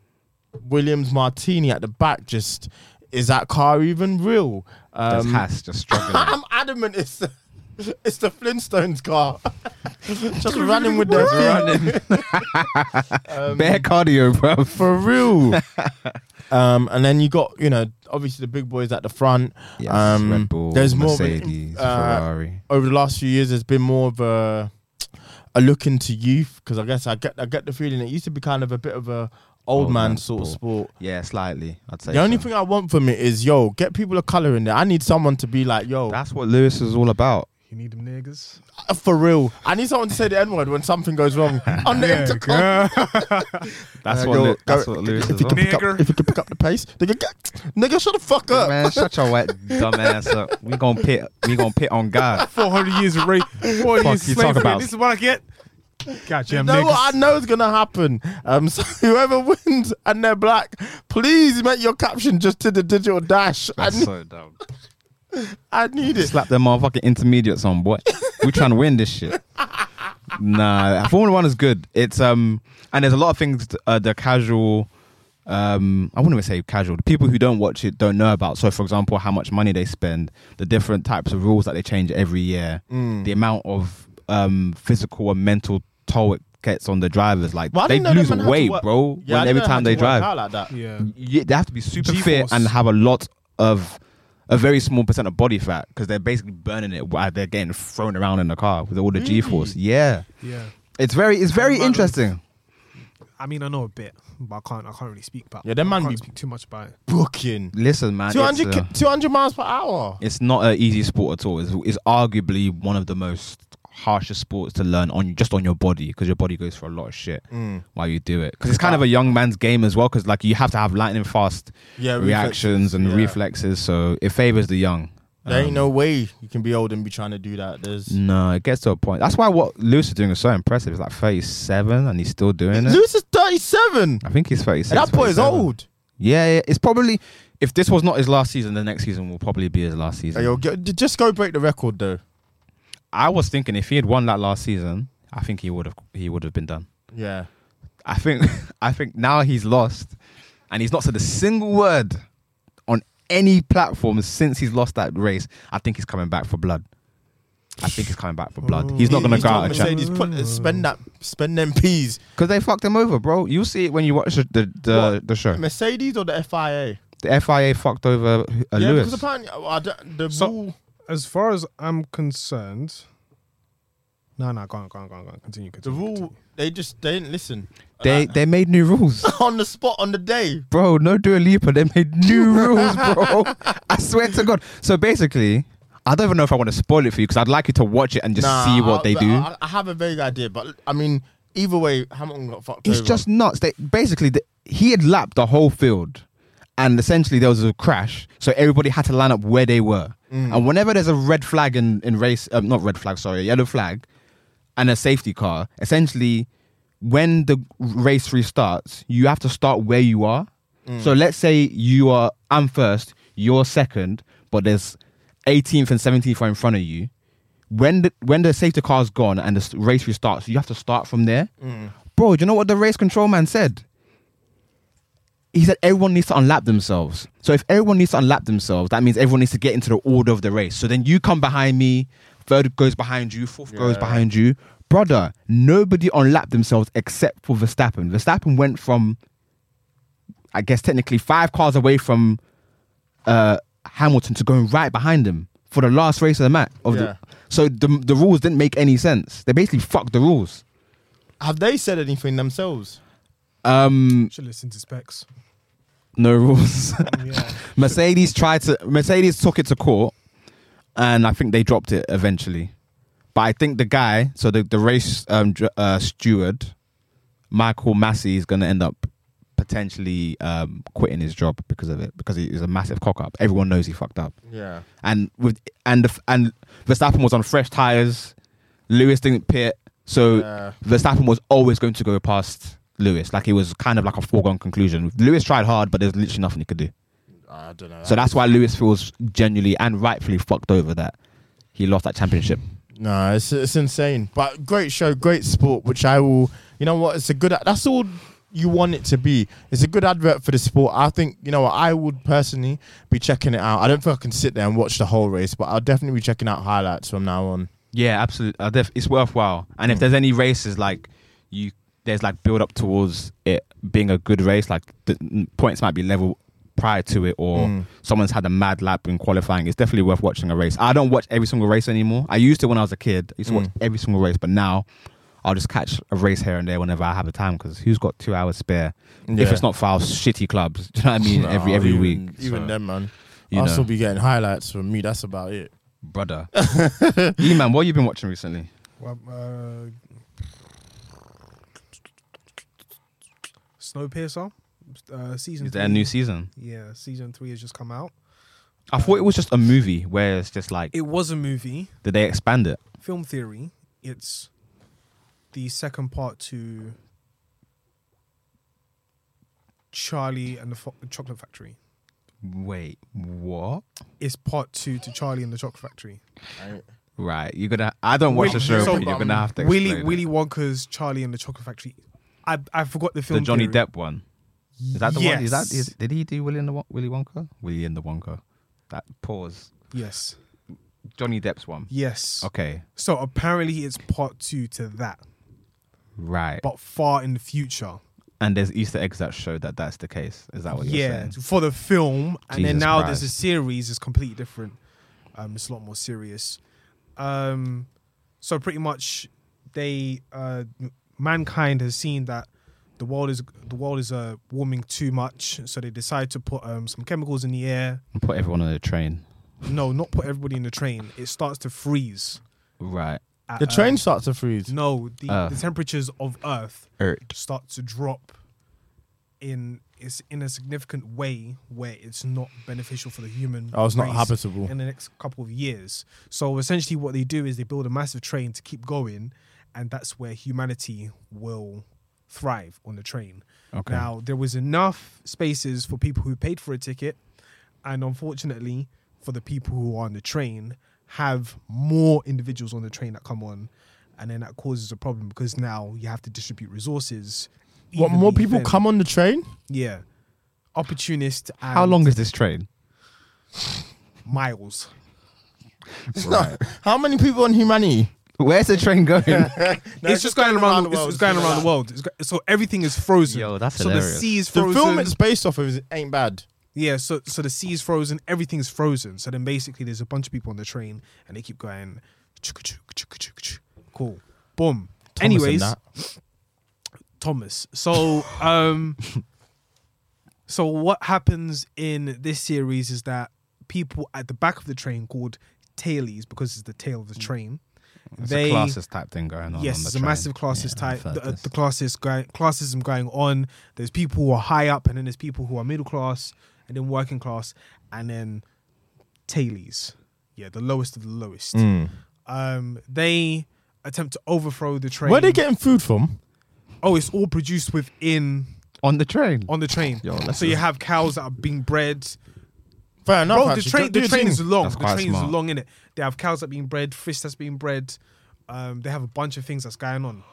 S3: Williams Martini at the back. Just is that car even real?
S1: there's
S3: Um,
S1: Haas just struggling.
S3: I'm adamant. It's the, it's the Flintstones car. just running with their feet.
S1: Bare cardio, bro.
S3: for real. um, and then you got you know obviously the big boys at the front.
S1: Yes,
S3: um,
S1: Red Bull,
S3: there's more of an-
S1: Mercedes,
S3: uh,
S1: Ferrari.
S3: over the last few years. There's been more of a a look into youth because I guess I get I get the feeling it used to be kind of a bit of a old,
S1: Old
S3: man,
S1: man
S3: sort of sport.
S1: Yeah, slightly. I'd say
S3: The only
S1: so.
S3: thing I want from it is yo get people of color in there. I need someone to be like yo.
S1: That's what Lewis is all about.
S2: You need them niggas.
S3: For real. I need someone to say the N word when something goes wrong. On the intercom.
S1: That's
S3: Uh,
S1: what
S3: go-
S1: Lu- that's
S3: go-
S1: what Lewis
S3: if
S1: is
S3: you can
S1: on.
S3: pick up,
S2: Nigger.
S3: If you can pick up the pace, nigga, get- nigga, shut the fuck up.
S1: Man, shut your white dumb ass up. We gonna pit. We gonna pit on God.
S2: 400 years of rape. 400
S1: Fuck
S2: years of
S1: you
S2: slavery.
S1: talk about?
S2: This is what I get. God damn
S3: No,
S2: niggas.
S3: I know it's gonna happen. Um, so whoever wins and they're black, please make your caption just to the digital dash. I,
S1: That's
S3: ne-
S1: so dumb.
S3: I need it.
S1: Slap them motherfucking intermediates on, boy. We trying to win this shit. Nah, Formula One is good. It's um, and there's a lot of things uh, the casual, um, I wouldn't even say casual. The people who don't watch it don't know about. So, for example, how much money they spend, the different types of rules that they change every year,
S3: Mm.
S1: the amount of um physical and mental toll it gets on the drivers. Like
S3: Well, I
S1: they
S3: didn't know
S1: lose
S3: them had to
S1: weight,
S3: work-
S1: bro.
S3: Yeah, I
S1: when
S3: didn't
S1: every
S3: know how
S1: time
S3: to
S1: they
S3: work
S1: drive,
S3: out like that.
S2: Yeah.
S1: yeah, they have to be super fit
S2: G-force.
S1: and have a lot of a very small percent of body fat because they're basically burning it while they're getting thrown around in the car with all the
S3: Really?
S1: G-force. Yeah,
S2: Yeah.
S1: it's very it's very
S2: Imagine.
S1: interesting.
S2: I mean, I know a bit, but I can't. I can't really speak about.
S3: Yeah, them
S2: I
S3: man
S2: can't
S3: be-
S2: speak too much about it.
S3: Booking
S1: Listen, man, it's,
S3: 200,
S1: uh,
S3: ki- 200 miles per hour.
S1: it's not an easy sport at all. It's, it's arguably one of the most harshest sports to learn on just on your body because your body goes for a lot of shit
S3: Mm.
S1: while you do it because it's kind of a young man's game as well because like you have to have lightning fast
S3: Yeah,
S1: reactions
S3: reflexes,
S1: and
S3: yeah.
S1: reflexes so it favors the young Um,
S3: There ain't no way you can be old and be trying to do that. There's
S1: No, it gets to a point. That's why what Lewis is doing is so impressive. He's like 37 and he's still doing it.
S3: Lewis is 37.
S1: I think he's 36.
S3: that boy is
S1: 37.
S3: old.
S1: Yeah, yeah, it's probably if this was not his last season, the next season will probably be his last
S3: Hey,
S1: season.
S3: yo, g- just go break the record though.
S1: I was thinking if he had won that last season, I think he would have he would have been done.
S3: Yeah.
S1: I think I think now he's lost and he's not said a single word on any platform since he's lost that race. I think he's coming back for blood. I think he's coming back for blood. He's not
S3: He-
S1: going to
S3: he's
S1: go
S3: told
S1: out of
S3: Mercedes,
S1: chat.
S3: Put, uh, spend that, spend them peas.
S1: Because they fucked him over, bro. You'll see it when you watch the the, the,
S3: What?
S1: the show.
S3: Mercedes or the FIA?
S1: The FIA fucked over uh,
S3: yeah,
S1: Lewis.
S3: because apparently uh, I don't- the
S2: So-
S3: rule.
S2: As far as I'm concerned, no, no, go on, go on, go on, go on. Continue,
S3: The
S2: continue.
S3: rule.
S2: continue.
S3: They just they didn't listen.
S1: they they made new rules,
S3: on the spot on the day.
S1: bro. No Dua Lipa. They made new rules, bro. I swear to God. So basically, I don't even know if I want to spoil it for you because I'd like you to watch it and just
S3: Nah,
S1: see what
S3: I-
S1: they
S3: I-
S1: do.
S3: I, I have a vague idea, but I mean, either way, Hamilton got fucked.
S1: it's
S3: over.
S1: just nuts. They basically the, he had lapped the whole field, and essentially there was a crash, so everybody had to line up where they were. And whenever there's a red flag in in race, um, not red flag, sorry, a yellow flag, and a safety car, essentially when the race restarts, you have to start where you are. So let's say you are I'm first, you're second, but there's 18th and 17th are in front of you when the when the safety car's gone and the s- race restarts, you have to start from there. Bro, do you know what the race control man said? He said everyone needs to unlap themselves. So if everyone needs to unlap themselves, that means everyone needs to get into the order of the race. So then you come behind me, third goes behind you, fourth goes
S3: Yeah.
S1: behind you. Brother, nobody unlapped themselves except for Verstappen. Verstappen went from, I guess technically five cars away from uh, Hamilton to going right behind him for the last race of the match. Of
S3: Yeah.
S1: the, so the the rules didn't make any sense. They basically fucked the rules.
S3: Have they said anything themselves?
S1: Um,
S2: Should listen to specs.
S1: no rules.
S2: Yeah.
S1: Mercedes tried to Mercedes took it to court, and I think they dropped it eventually. But I think the guy, so the the race um, dr- uh, steward, Michael Massey, is going to end up potentially um, quitting his job because of it because he was a massive cock up. Everyone knows he fucked up.
S3: Yeah.
S1: and with and the, and Verstappen was on fresh tires. Lewis didn't pit, so
S3: Yeah.
S1: Verstappen was always going to go past Lewis. Like it was kind of like a foregone conclusion. Lewis tried hard, but there's literally nothing he could do.
S3: I don't know.
S1: So that's why Lewis feels genuinely and rightfully fucked over that he lost that championship.
S3: No, it's it's insane. But great show, great sport, which I will. You know what? It's a good. That's all you want it to be. It's a good advert for the sport. I think you know what. I would personally be checking it out. I don't think I can sit there and watch the whole race, but I'll definitely be checking out highlights from now on.
S1: Yeah, absolutely. def- it's worthwhile. And if there's any races like you, there's like build up towards it being a good race. Like the n- points might be level prior to it, or
S3: Mm.
S1: someone's had a mad lap in qualifying. It's definitely worth watching a race. I don't watch every single race anymore. I used to when I was a kid. I used to watch every single race, but now. I'll just catch a race here and there whenever I have the time because who's got two hours spare? If
S3: Yeah.
S1: it's not foul, shitty clubs. Do you know what I mean? every
S3: Nah,
S1: every
S3: even-
S1: week.
S3: even
S1: so,
S3: then, man.
S1: you
S3: I'll
S1: know.
S3: still be getting highlights from me. That's about it.
S1: brother. e man, what you been watching recently?
S2: Well, uh, Snowpiercer, uh, season.
S1: Is there a
S2: three.
S1: new season?
S2: Yeah, season three has just come out.
S1: I thought it was just a movie where it's just like
S2: It was a movie,
S1: did they expand it?
S2: film theory. It's the second part to Charlie and the Fo- Chocolate Factory.
S1: Wait, what?
S2: It's part two to Charlie and the Chocolate Factory.
S1: Right, you're gonna. I don't watch
S2: Wait,
S1: the show,
S2: so,
S1: but you're
S2: um,
S1: gonna have to.
S2: Willy
S1: explain it.
S2: Willy Wonka's Charlie and the Chocolate Factory. I I forgot the
S1: the
S2: film.
S1: Johnny
S2: theory.
S1: Depp one. Is that the one? Is that
S2: Yes.
S1: is, did he do Willy and the Won- Willy Wonka? Willy and the Wonka. That pause.
S2: Yes.
S1: Johnny Depp's one.
S2: Yes.
S1: Okay,
S2: So apparently it's part two to that,
S1: right.
S2: but far in the future.
S1: And there's Easter eggs that show that that's the case. Is that what you're
S2: yeah,
S1: saying?
S2: for the film, and then
S1: Jesus
S2: now
S1: Christ.
S2: there's a series. It's completely different. Um, it's a lot more serious. Um, so pretty much, they uh, m- mankind has seen that the world is the world is uh, warming too much, so they decide to put um, some chemicals in the air.
S1: And Put everyone on a train.
S2: No, not put everybody in the train. It starts to freeze.
S1: Right.
S2: at,
S3: The
S2: uh,
S3: train starts to freeze.
S2: no, the,
S1: Uh.
S2: the temperatures of Earth
S1: Earth.
S2: start to drop in is in a significant way where it's not beneficial for the human.
S3: Oh, it's not
S2: race
S3: habitable.
S2: in the next couple of years. So essentially, what they do is they build a massive train to keep going, and that's where humanity will thrive on the train.
S1: Okay.
S2: Now there was enough spaces for people who paid for a ticket, and unfortunately, for the people who are on the train, have more individuals on the train that come on, and then that causes a problem because now you have to distribute resources.
S3: What more
S2: evenly
S3: people
S2: then-
S3: come on the train?
S2: Yeah, opportunist. And
S1: How long is this train?
S2: miles?
S1: Right.
S3: How many people on humanity?
S1: Where's the train going?
S2: it's, just going around. the world. It's going around the world. It's go- so everything is frozen.
S1: Yo, that's
S2: so
S1: hilarious.
S2: the sea is
S3: The
S2: frozen.
S3: film it's based off of is- ain't bad.
S2: yeah. So so the sea is frozen. Everything's frozen. So then basically there's a bunch of people on the train and they keep going. "Chugga, chugga, chugga, chugga, chugga." Cool. Boom.
S3: and
S2: Anyways,
S3: that.
S2: Thomas. So um, so what happens in this series is that people at the back of the train called tailies because it's the tail of the train.
S1: It's Mm. a classes type thing going on.
S2: Yes,
S1: on the
S2: it's
S1: train.
S2: a massive classes
S1: Yeah,
S2: type.
S1: I've heard
S2: The, uh,
S1: this.
S2: the classes going, classism going on. There's people who are high up, and then there's people who are middle class, and then working class, and then tailies. Yeah, the lowest of the lowest.
S1: Hmm.
S2: Um, they attempt to overthrow the train.
S3: Where are they getting food from?
S2: oh, it's all produced within
S1: on the train.
S2: on the train.
S1: Yo, that's
S2: so you
S1: a-
S2: have cows that are being bred.
S3: Fair enough.
S2: Bro, the
S3: actually.
S2: train,
S3: Do
S2: the
S3: your
S2: train
S3: thing.
S2: is long.
S1: That's
S2: The
S1: quite
S2: train
S1: smart.
S2: is long in it. They have cows that being bred, fish that's being bred. Um, they have a bunch of things that's going on.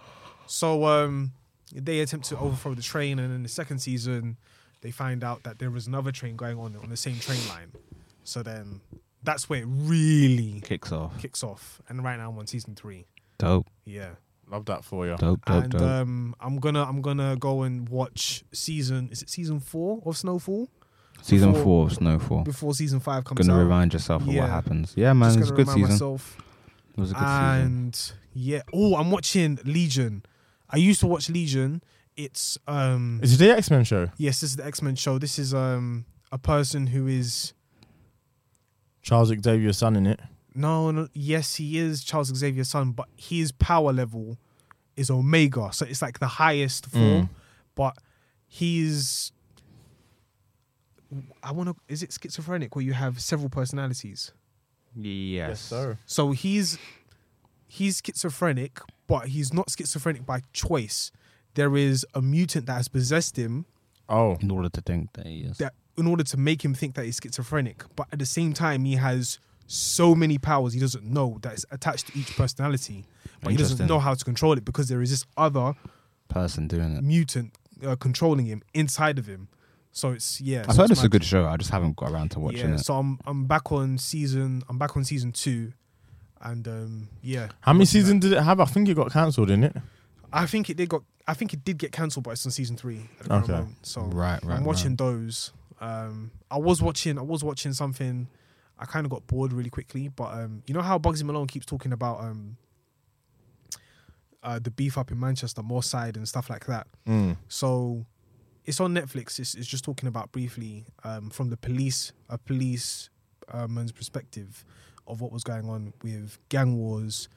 S2: So um, they attempt to overthrow the train, and in the second season, they find out that there was another train going on on the same train line. So then that's where it really
S1: Kicks off.
S2: kicks off. And right now I'm on season three.
S1: Dope,
S2: Yeah,
S3: Love that for you.
S1: dope, dope,
S2: and
S1: dope.
S2: um, I'm gonna I'm gonna go and watch season is it season four of Snowfall
S1: season
S2: before-
S1: four of Snowfall.
S2: before season five comes
S1: Gonna
S2: out.
S1: remind yourself of
S2: Yeah.
S1: what happens. Yeah, man,
S2: Just
S1: it was a
S2: gonna
S1: good
S2: remind
S1: season.
S2: myself.
S1: It was a good season.
S2: and yeah, oh, I'm watching Legion. I used to watch Legion. It's um
S3: Is it the X Men show?
S2: yes, this is the X Men show. This is um a person who is
S3: Charles Xavier's son in it.
S2: no, no yes, he is Charles Xavier's son, but his power level is Omega, so it's like the highest form. But he's I want to. Is it schizophrenic where you have several personalities?
S1: Yes.
S2: So he's he's schizophrenic, but he's not schizophrenic by choice. There is a mutant that has possessed him
S3: Oh,
S1: In order to think that he is.
S2: that in order to make him think that he's schizophrenic, but at the same time he has so many powers he doesn't know that is attached to each personality, but he doesn't
S1: Interesting.
S2: know how to control it because there is this other
S1: person doing it.
S2: mutant uh, controlling him inside of him. So it's yeah.
S1: I've
S2: so
S1: heard
S2: it's
S1: it's a
S2: mad.
S1: good show. I just haven't got around to watching
S2: Yeah,
S1: it.
S2: so I'm I'm back on season I'm back on season two, and um yeah.
S3: how many seasons did it have? I think it got cancelled, in it.
S2: I think it did got. I think it did get cancelled, but it's on season three. At the current
S3: Okay.
S2: moment. So
S1: Right, right,
S2: I'm watching those. Um, I was watching. I was watching something. I kind of got bored really quickly, but um, you know how Bugsy Malone keeps talking about um, uh, the beef up in Manchester, more side and stuff like that. So it's on Netflix. It's, it's just talking about briefly um, from the police, a police uh, man's perspective of what was going on with gang wars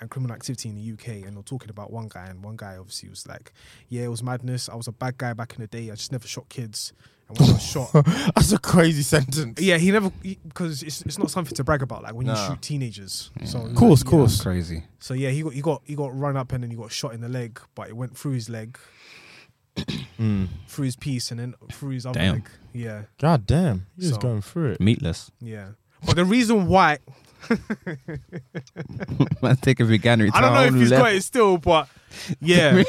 S2: and criminal activity in the UK, and they're talking about one guy, and one guy obviously was like, "Yeah, it was madness. I was a bad guy back in the day. I just never shot kids, and when I was shot,
S3: That's a crazy sentence.
S2: yeah, he never because it's it's not something to brag about. Like when you
S3: Nah.
S2: shoot teenagers, so of
S3: Course,
S2: yeah.
S3: course.
S1: Crazy.
S2: So yeah, he got he got he got run up and then he got shot in the leg, but it went through his leg, through his piece, and then through his other
S1: Damn.
S2: leg. Yeah,
S3: God damn, he was
S2: So-
S3: going through it.
S1: Meatless.
S2: yeah. But the reason why
S1: Let's take a veganery.
S2: I don't know if he's got it still, but yeah,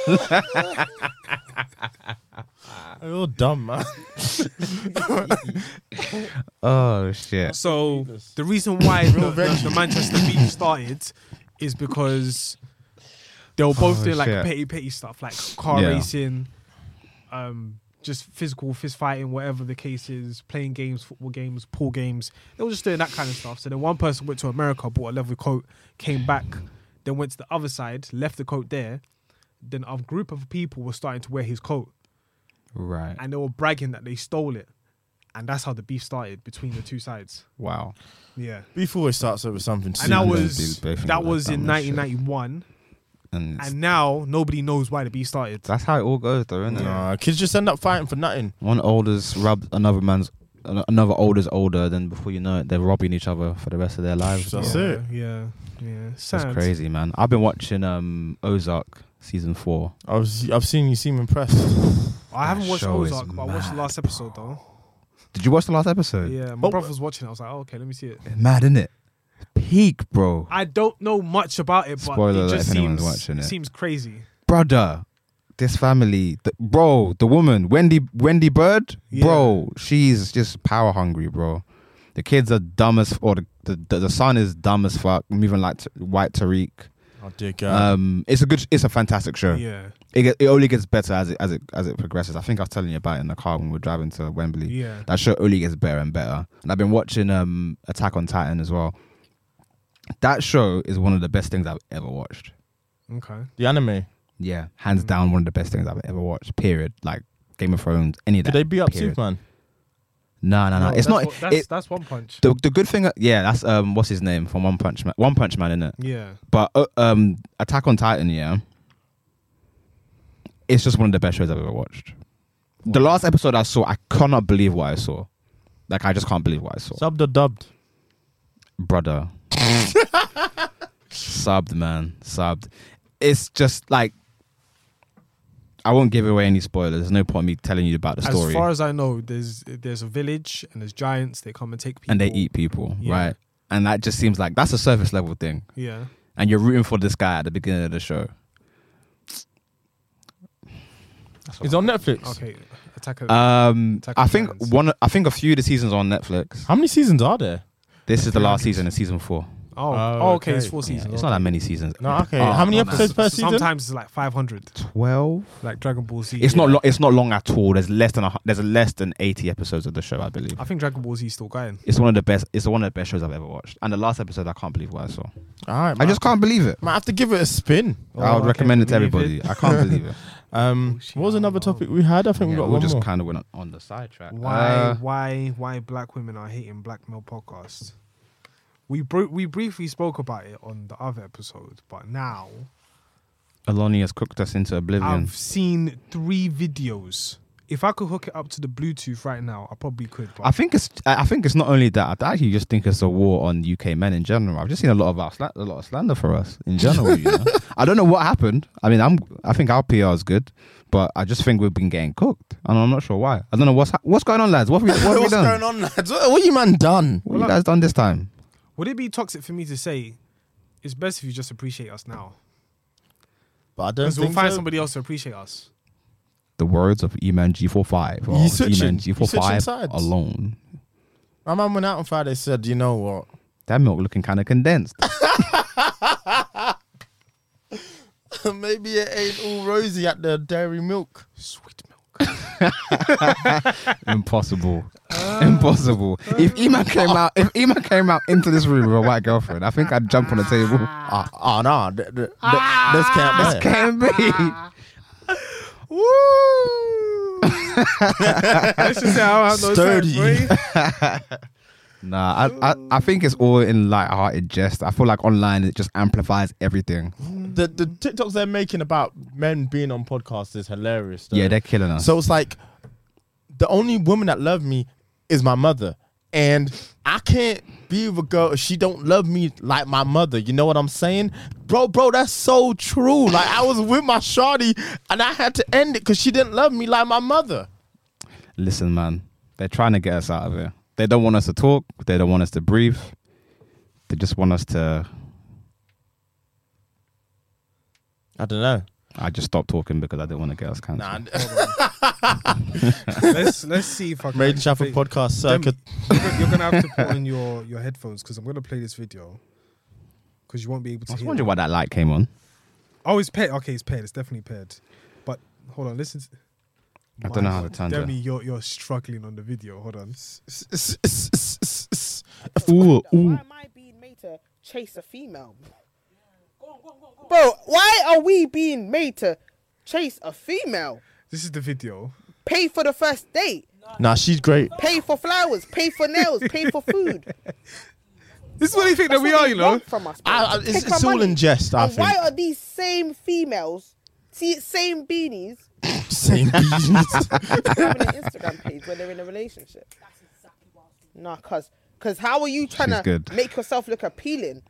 S3: You're dumb, man.
S1: Oh shit.
S2: So the reason why the, the, the Manchester beef started is because they were both
S1: Oh,
S2: doing like
S1: shit.
S2: petty petty stuff, like car
S1: Yeah.
S2: racing, um, just physical fist fighting, whatever the case is, playing games, football games, pool games. They were just doing that kind of stuff. So then one person went to America, bought a leather coat, came back, then went to the other side, left the coat there. Then a group of people were starting to wear his coat
S1: Right.
S2: and they were bragging that they stole it. And that's how the beef started between the two sides.
S1: Wow.
S2: Yeah.
S3: Before it starts over something,
S2: and that
S1: Yeah,
S3: serious.
S2: was
S1: dude, both of
S2: that
S1: them
S2: was
S1: like
S2: in
S1: that and shit.
S2: 1991,
S1: And, it's-
S2: and now nobody knows why the beef started.
S1: that's how it all goes, though, isn't it?
S3: Nah, kids just end up fighting for nothing.
S1: One older's rubs another man's, an- another older's older. Then before you know it, they're robbing each other for the rest of their lives.
S3: That's
S1: bro.
S3: it.
S2: Yeah, yeah.
S1: That's
S2: Sad.
S1: crazy, man. I've been watching um Ozark season four.
S3: I was, I've seen you seem impressed.
S2: I haven't watched
S1: show is
S2: Ozark, but I watched the
S1: mad,
S2: last episode though.
S1: Did you watch the last episode?
S2: Yeah, my
S3: Oh.
S2: brother was watching. it. I was like, oh, okay, let me see it.
S1: Mad, isn't it? Peak, bro.
S2: I don't know much about it, but
S1: Spoiler
S2: it
S1: alert
S2: just
S1: if anyone's
S2: seems
S1: watching
S2: it
S1: it.
S2: seems crazy.
S1: brother, this family, the, bro, the woman, Wendy, Wendy Bird, bro, she's just power hungry, bro. The kids are dumb as, or the the, the son is dumb as fuck. Moving like t- white Tariq.
S3: Oh dear God.
S1: Um, it's a good, it's a fantastic show.
S2: Yeah,
S1: It, get- it only gets better as it as it as it progresses. I think I was telling you about it in the car when we were driving to Wembley.
S2: yeah.
S1: That show only gets better and better. And I've been watching um Attack on Titan as well. That show is one of the best things I've ever watched.
S2: Okay.
S3: the anime.
S1: Yeah,
S3: Mm.
S1: hands down, one of the best things I've ever watched. Period. Like Game of Thrones, any of that.
S3: Could they beat up
S1: period.
S3: Superman?
S1: No, no, no. it's
S2: that's
S1: not.
S2: what- that's,
S1: it,
S2: that's One Punch.
S1: the the good thing. Yeah, that's um, what's his name from One Punch Man. One Punch Man, innit?
S2: yeah.
S1: But uh, um, Attack on Titan, yeah. It's just one of the best shows I've ever watched. The last episode I saw, I cannot believe what I saw. Like I just can't believe what I saw,
S3: Subbed or dubbed?
S1: brother. subbed, man, subbed. It's just like I won't give away any spoilers. There's no point in me telling you about the
S2: As
S1: story.
S2: far as I know, there's there's a village and there's giants. They come and take people.
S1: and they eat people,
S2: Yeah.
S1: right? And that just seems like that's a surface level thing.
S2: Yeah.
S1: And you're rooting for this guy at the beginning of the show.
S3: It's on Netflix.
S2: Okay. Attack. of-
S1: Um,
S2: Attack on
S1: I think
S2: Titans.
S1: one, I think a few of the seasons are on Netflix.
S3: How many seasons are there?
S1: This is the last season, it's season four.
S2: oh,
S3: oh,
S2: oh, okay. It's
S3: okay.
S2: four
S1: Yeah,
S2: seasons.
S1: it's not that many seasons. Ah.
S3: No, okay. How many episodes per season?
S2: Sometimes it's like 500,
S1: Twelve.
S2: like Dragon Ball Z.
S1: It's not. Lo- it's not long at all. There's less than. A, hu- there's less than eighty episodes of the show, I believe.
S2: I think Dragon Ball Z is still going.
S1: It's one of the best. It's one of the best shows I've ever watched. And the last episode, I can't believe what I saw.
S3: All right.
S1: I
S3: might-
S1: just can't believe it.
S3: might have to give it a spin.
S1: I would
S2: Oh, I
S1: recommend it
S2: can't
S1: to everybody.
S2: believe
S1: I can't believe it.
S3: Um,
S2: Oh, shit,
S3: what
S2: I
S3: was
S2: don't
S3: another
S2: know.
S3: topic we had? I
S1: Yeah,
S3: think we got
S1: we
S3: one
S1: just
S3: more.
S1: kind of went on, on the sidetrack.
S2: Why,
S1: Uh,
S2: why, why black women are hating black male podcasts? We br- we briefly spoke about it on the other episode, but now
S1: Aloni has cooked us into oblivion.
S2: I've seen three videos. If I could hook it up to the Bluetooth right now, I probably could. But
S1: I think it's. I I think it's not only that. I actually just think it's a war on UK men in general. I've just seen a lot of our sla- a lot of slander for us in general. you know, I don't know what happened. I mean, I'm. I think our PR is good, but I just think we've been getting cooked, and I'm not sure why. I don't know what's ha- what's going on, lads. What have we, what have we
S3: What's
S1: done?
S3: going on, lads? What, what you man done?
S1: What have you guys done this time?
S2: would it be toxic for me to say? It's best if you just appreciate us now,
S3: But I don't
S2: because we'll
S3: think
S2: find
S3: so.
S2: somebody else to appreciate us.
S1: The words of Eman G45 or
S3: You switching-
S1: Eman
S3: you switching
S1: G45
S3: sides.
S1: alone.
S3: My man went out on Friday. Said, you know what?
S1: That milk looking kind of condensed.
S3: Maybe it ain't all rosy at the dairy milk.
S2: Sweet milk.
S1: Impossible.
S3: Ah.
S1: Impossible. If Eman came out, if Eman came out into this room with a white girlfriend, I think I'd jump on the table.
S3: Ah, ah, nah. th- th- th- Ah. This can't be.
S1: Can be.
S2: Woo! Let's just say I don't have no time,
S3: Sturdy.
S2: boy.
S1: Nah, I, I, I think it's all in light-hearted jest. I feel like online it just amplifies everything.
S3: The the TikToks they're making about men being on podcasts is hilarious. Though.
S1: Yeah, they're killing us.
S3: So it's like the only woman that loved me is my mother. And I can't be with a girl if she don't love me like my mother. You know what I'm saying? Bro, bro, that's so true. Like I was with my shawty and I had to end it because she didn't love me like my mother.
S1: Listen, man, they're trying to get us out of here. They don't want us to talk. They don't want us to breathe. They just want us to.
S3: I don't know.
S1: I just stopped talking because I didn't want to get us cancelled.
S3: Nah,
S2: let's let's see if I can.
S3: Made in Chapel
S2: actually play-
S3: podcast
S2: Dem,
S3: circuit.
S2: you're gonna- you're gonna have to put on your your headphones because I'm gonna play this video because you won't be able to.
S1: I was
S2: hear
S1: wondering
S2: it.
S1: why that light came on.
S2: Oh, it's paired. Okay, it's paired. It's definitely paired. But hold on, listen. To,
S1: I don't know how to turn
S2: Demi,
S1: that.
S2: you're you're struggling on the video. Hold on.
S1: Ooh,
S3: Mm.
S4: Why am I being made to chase a female? Bro, why are we being made to chase a female?
S2: This is the video.
S4: Pay for the first date.
S3: Nah, she's great.
S4: Pay for flowers. Pay for nails. Pay for food.
S2: This is what they think that
S4: That's
S2: we
S4: what
S2: are,
S4: they
S2: you know.
S4: want From us, bro.
S3: I, I, it's
S4: Take my
S3: it's all
S4: money.
S3: in jest, I
S4: And why
S3: think.
S4: are these same females, see, same beanies,
S3: Same
S4: having an Instagram page when they're in a relationship? Nah, cause, cause how are you trying
S1: She's
S4: to
S1: good.
S4: make yourself look appealing?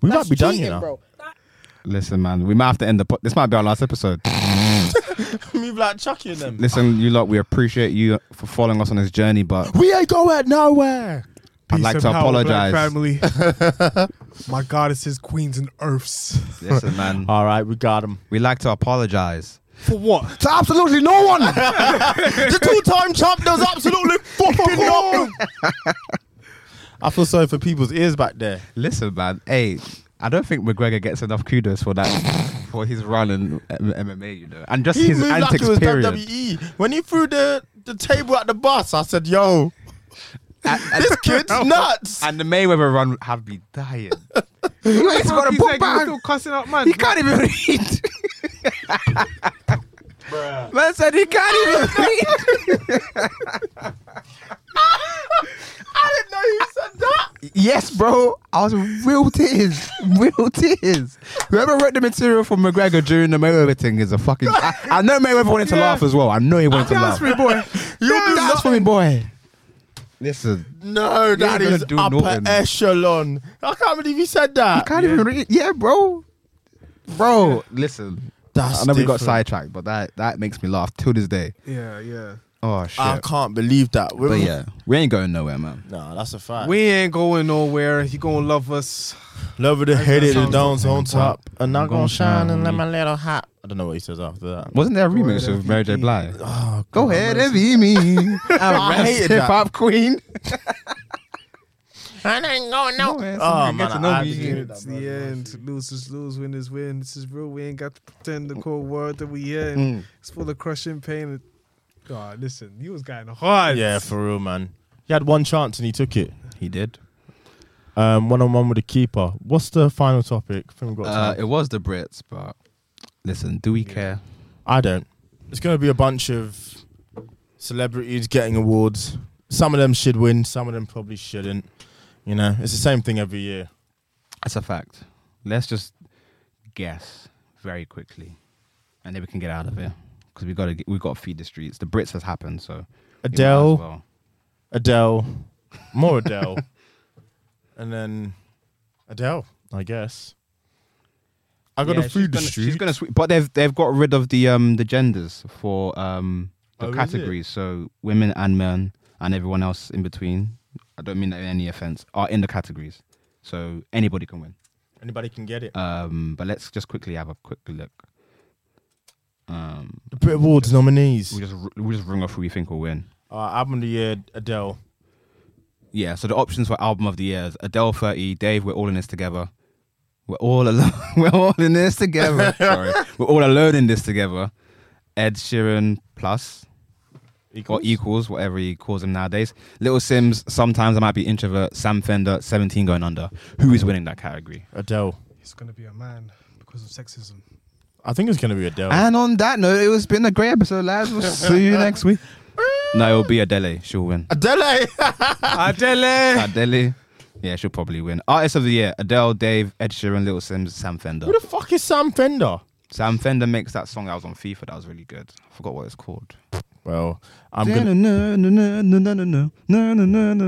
S3: we
S4: That's
S3: might be done, you
S4: cheating,
S3: know.
S4: bro.
S1: Listen, man, we might have to end the. Po- this might be our last episode.
S3: we like chucking them.
S1: Listen, you lot, we appreciate you for following us on this journey, but
S3: We ain't going nowhere.
S1: I'd like
S2: Peace
S1: to
S2: and power, black
S1: apologize.
S2: Family. My goddesses, queens, and earths.
S1: Listen, man,
S3: All right, we got him.
S1: we like to apologize.
S2: For what?
S3: To absolutely no one. the two-time champ does absolutely fucking nothing. I feel sorry for people's ears back there.
S1: Listen, man, hey, I don't think McGregor gets enough kudos for that for his run in M- MMA, you know, and just
S3: He
S1: his
S3: moved like
S1: antics.
S3: it was
S1: period.
S3: WWE. E. When he threw the, the table at the bus, I said, "Yo, this kid's nuts."
S1: And the Mayweather run have me dying.
S2: He's
S1: got a book bag.
S2: still cussing out, man.
S1: he can't even read. Man said he can't even read.
S3: I didn't know you said that.
S1: Yes, bro. I was real tears, real tears. Whoever wrote the material for McGregor during the Mayweather thing is a fucking. I, I know Mayweather wanted to
S2: Yeah.
S1: laugh as well. I know he wanted to
S2: Dance
S1: laugh.
S2: for me, boy.
S3: You do
S1: That's
S3: not-
S1: for me, boy. Listen,
S3: No, that
S1: gonna
S3: is
S1: do
S3: upper
S1: nothing.
S3: echelon. I can't believe you said that.
S1: can't even read. Yeah, bro, bro. Listen,
S3: That's
S1: I know we got
S3: different.
S1: sidetracked, but that that makes me laugh till this day.
S2: Yeah, yeah.
S1: Oh shit.
S3: I can't believe that.
S1: but yeah, we ain't going nowhere, man.
S3: Nah, that's a fact.
S2: We ain't going nowhere. You gonna love us.
S3: Love it, hate it, the downs on top. And
S1: I'm
S3: not
S1: gonna
S3: gonna shine and let
S1: shine.
S3: my little hat. I don't know what he says after that.
S1: Wasn't there a remix
S2: ahead,
S1: of Mary J.
S2: MVP.
S1: Blige?
S3: Oh,
S1: Go ahead and be me.
S3: I
S1: I'm
S3: hated
S1: hip
S3: that.
S1: hop queen.
S3: I ain't going
S1: No, man,
S3: Oh
S1: somebody
S3: man,
S1: got to
S3: I,
S1: know
S3: I had
S1: me.
S3: to do
S2: It's the end. Lose is lose, win is win. This is real. We ain't got to pretend the cold world that we in.
S3: Mm.
S2: It's full of crushing pain. God, listen, you was getting
S3: that.
S2: hard.
S3: Yeah, for real, man. He had one chance and he took it.
S1: He did.
S3: Um, one on one with the keeper. What's the final topic? I, think we've got
S1: Uh,
S3: time.
S1: it was the Brits, but listen, do we care?
S3: I don't. It's gonna be a bunch of celebrities getting awards. Some of them should win. Some of them probably shouldn't. You know, it's the same thing every year.
S1: That's a fact. Let's just guess very quickly, and then we can get out of here because we got to we got to feed the streets. The Brits has happened, so we might as
S3: Adele.
S1: well.
S3: Adele, more Adele, and then Adele, I guess. I got
S1: Yeah,
S3: a
S1: she's
S3: food
S1: gonna-
S3: district.
S1: She's gonna sweep, but they've they've got rid of the um the genders for um the
S3: Oh, is it?
S1: categories, so women and men and everyone else in between. I don't mean that in any offense. Are in the categories, so anybody can win.
S3: Anybody can get it.
S1: Um, but let's just quickly have a quick look. Um,
S3: the Brit Awards nominees.
S1: we just we just ring off who we think will win.
S3: Uh, album of the year, Adele.
S1: Yeah. So the options for album of the year: is Adele, thirty, Dave. We're all in this together. We're all alone. we're all in this together. Sorry, we're all alone in this together. Ed Sheeran plus or equals whatever he calls them nowadays. Little Sims. Sometimes I might be introvert. Sam Fender, seventeen going under. Who is winning that category?
S3: Adele.
S2: He's gonna be a man because of sexism.
S3: I think it's gonna be Adele.
S1: Ah. And on that note, it was been a great episode, lads. We'll see you next week. No, it'll be Adele. She'll win.
S3: Adele. eh?
S2: Adele.
S1: Adele. Yeah, she'll probably win. Artist of the year: Adele, Dave, Ed Sheeran, Little Sims, Sam Fender.
S3: Who the fuck is Sam Fender?
S1: Sam Fender makes that song that was on FIFA. That was really good. I forgot what it's called.
S3: Well, I'm gonna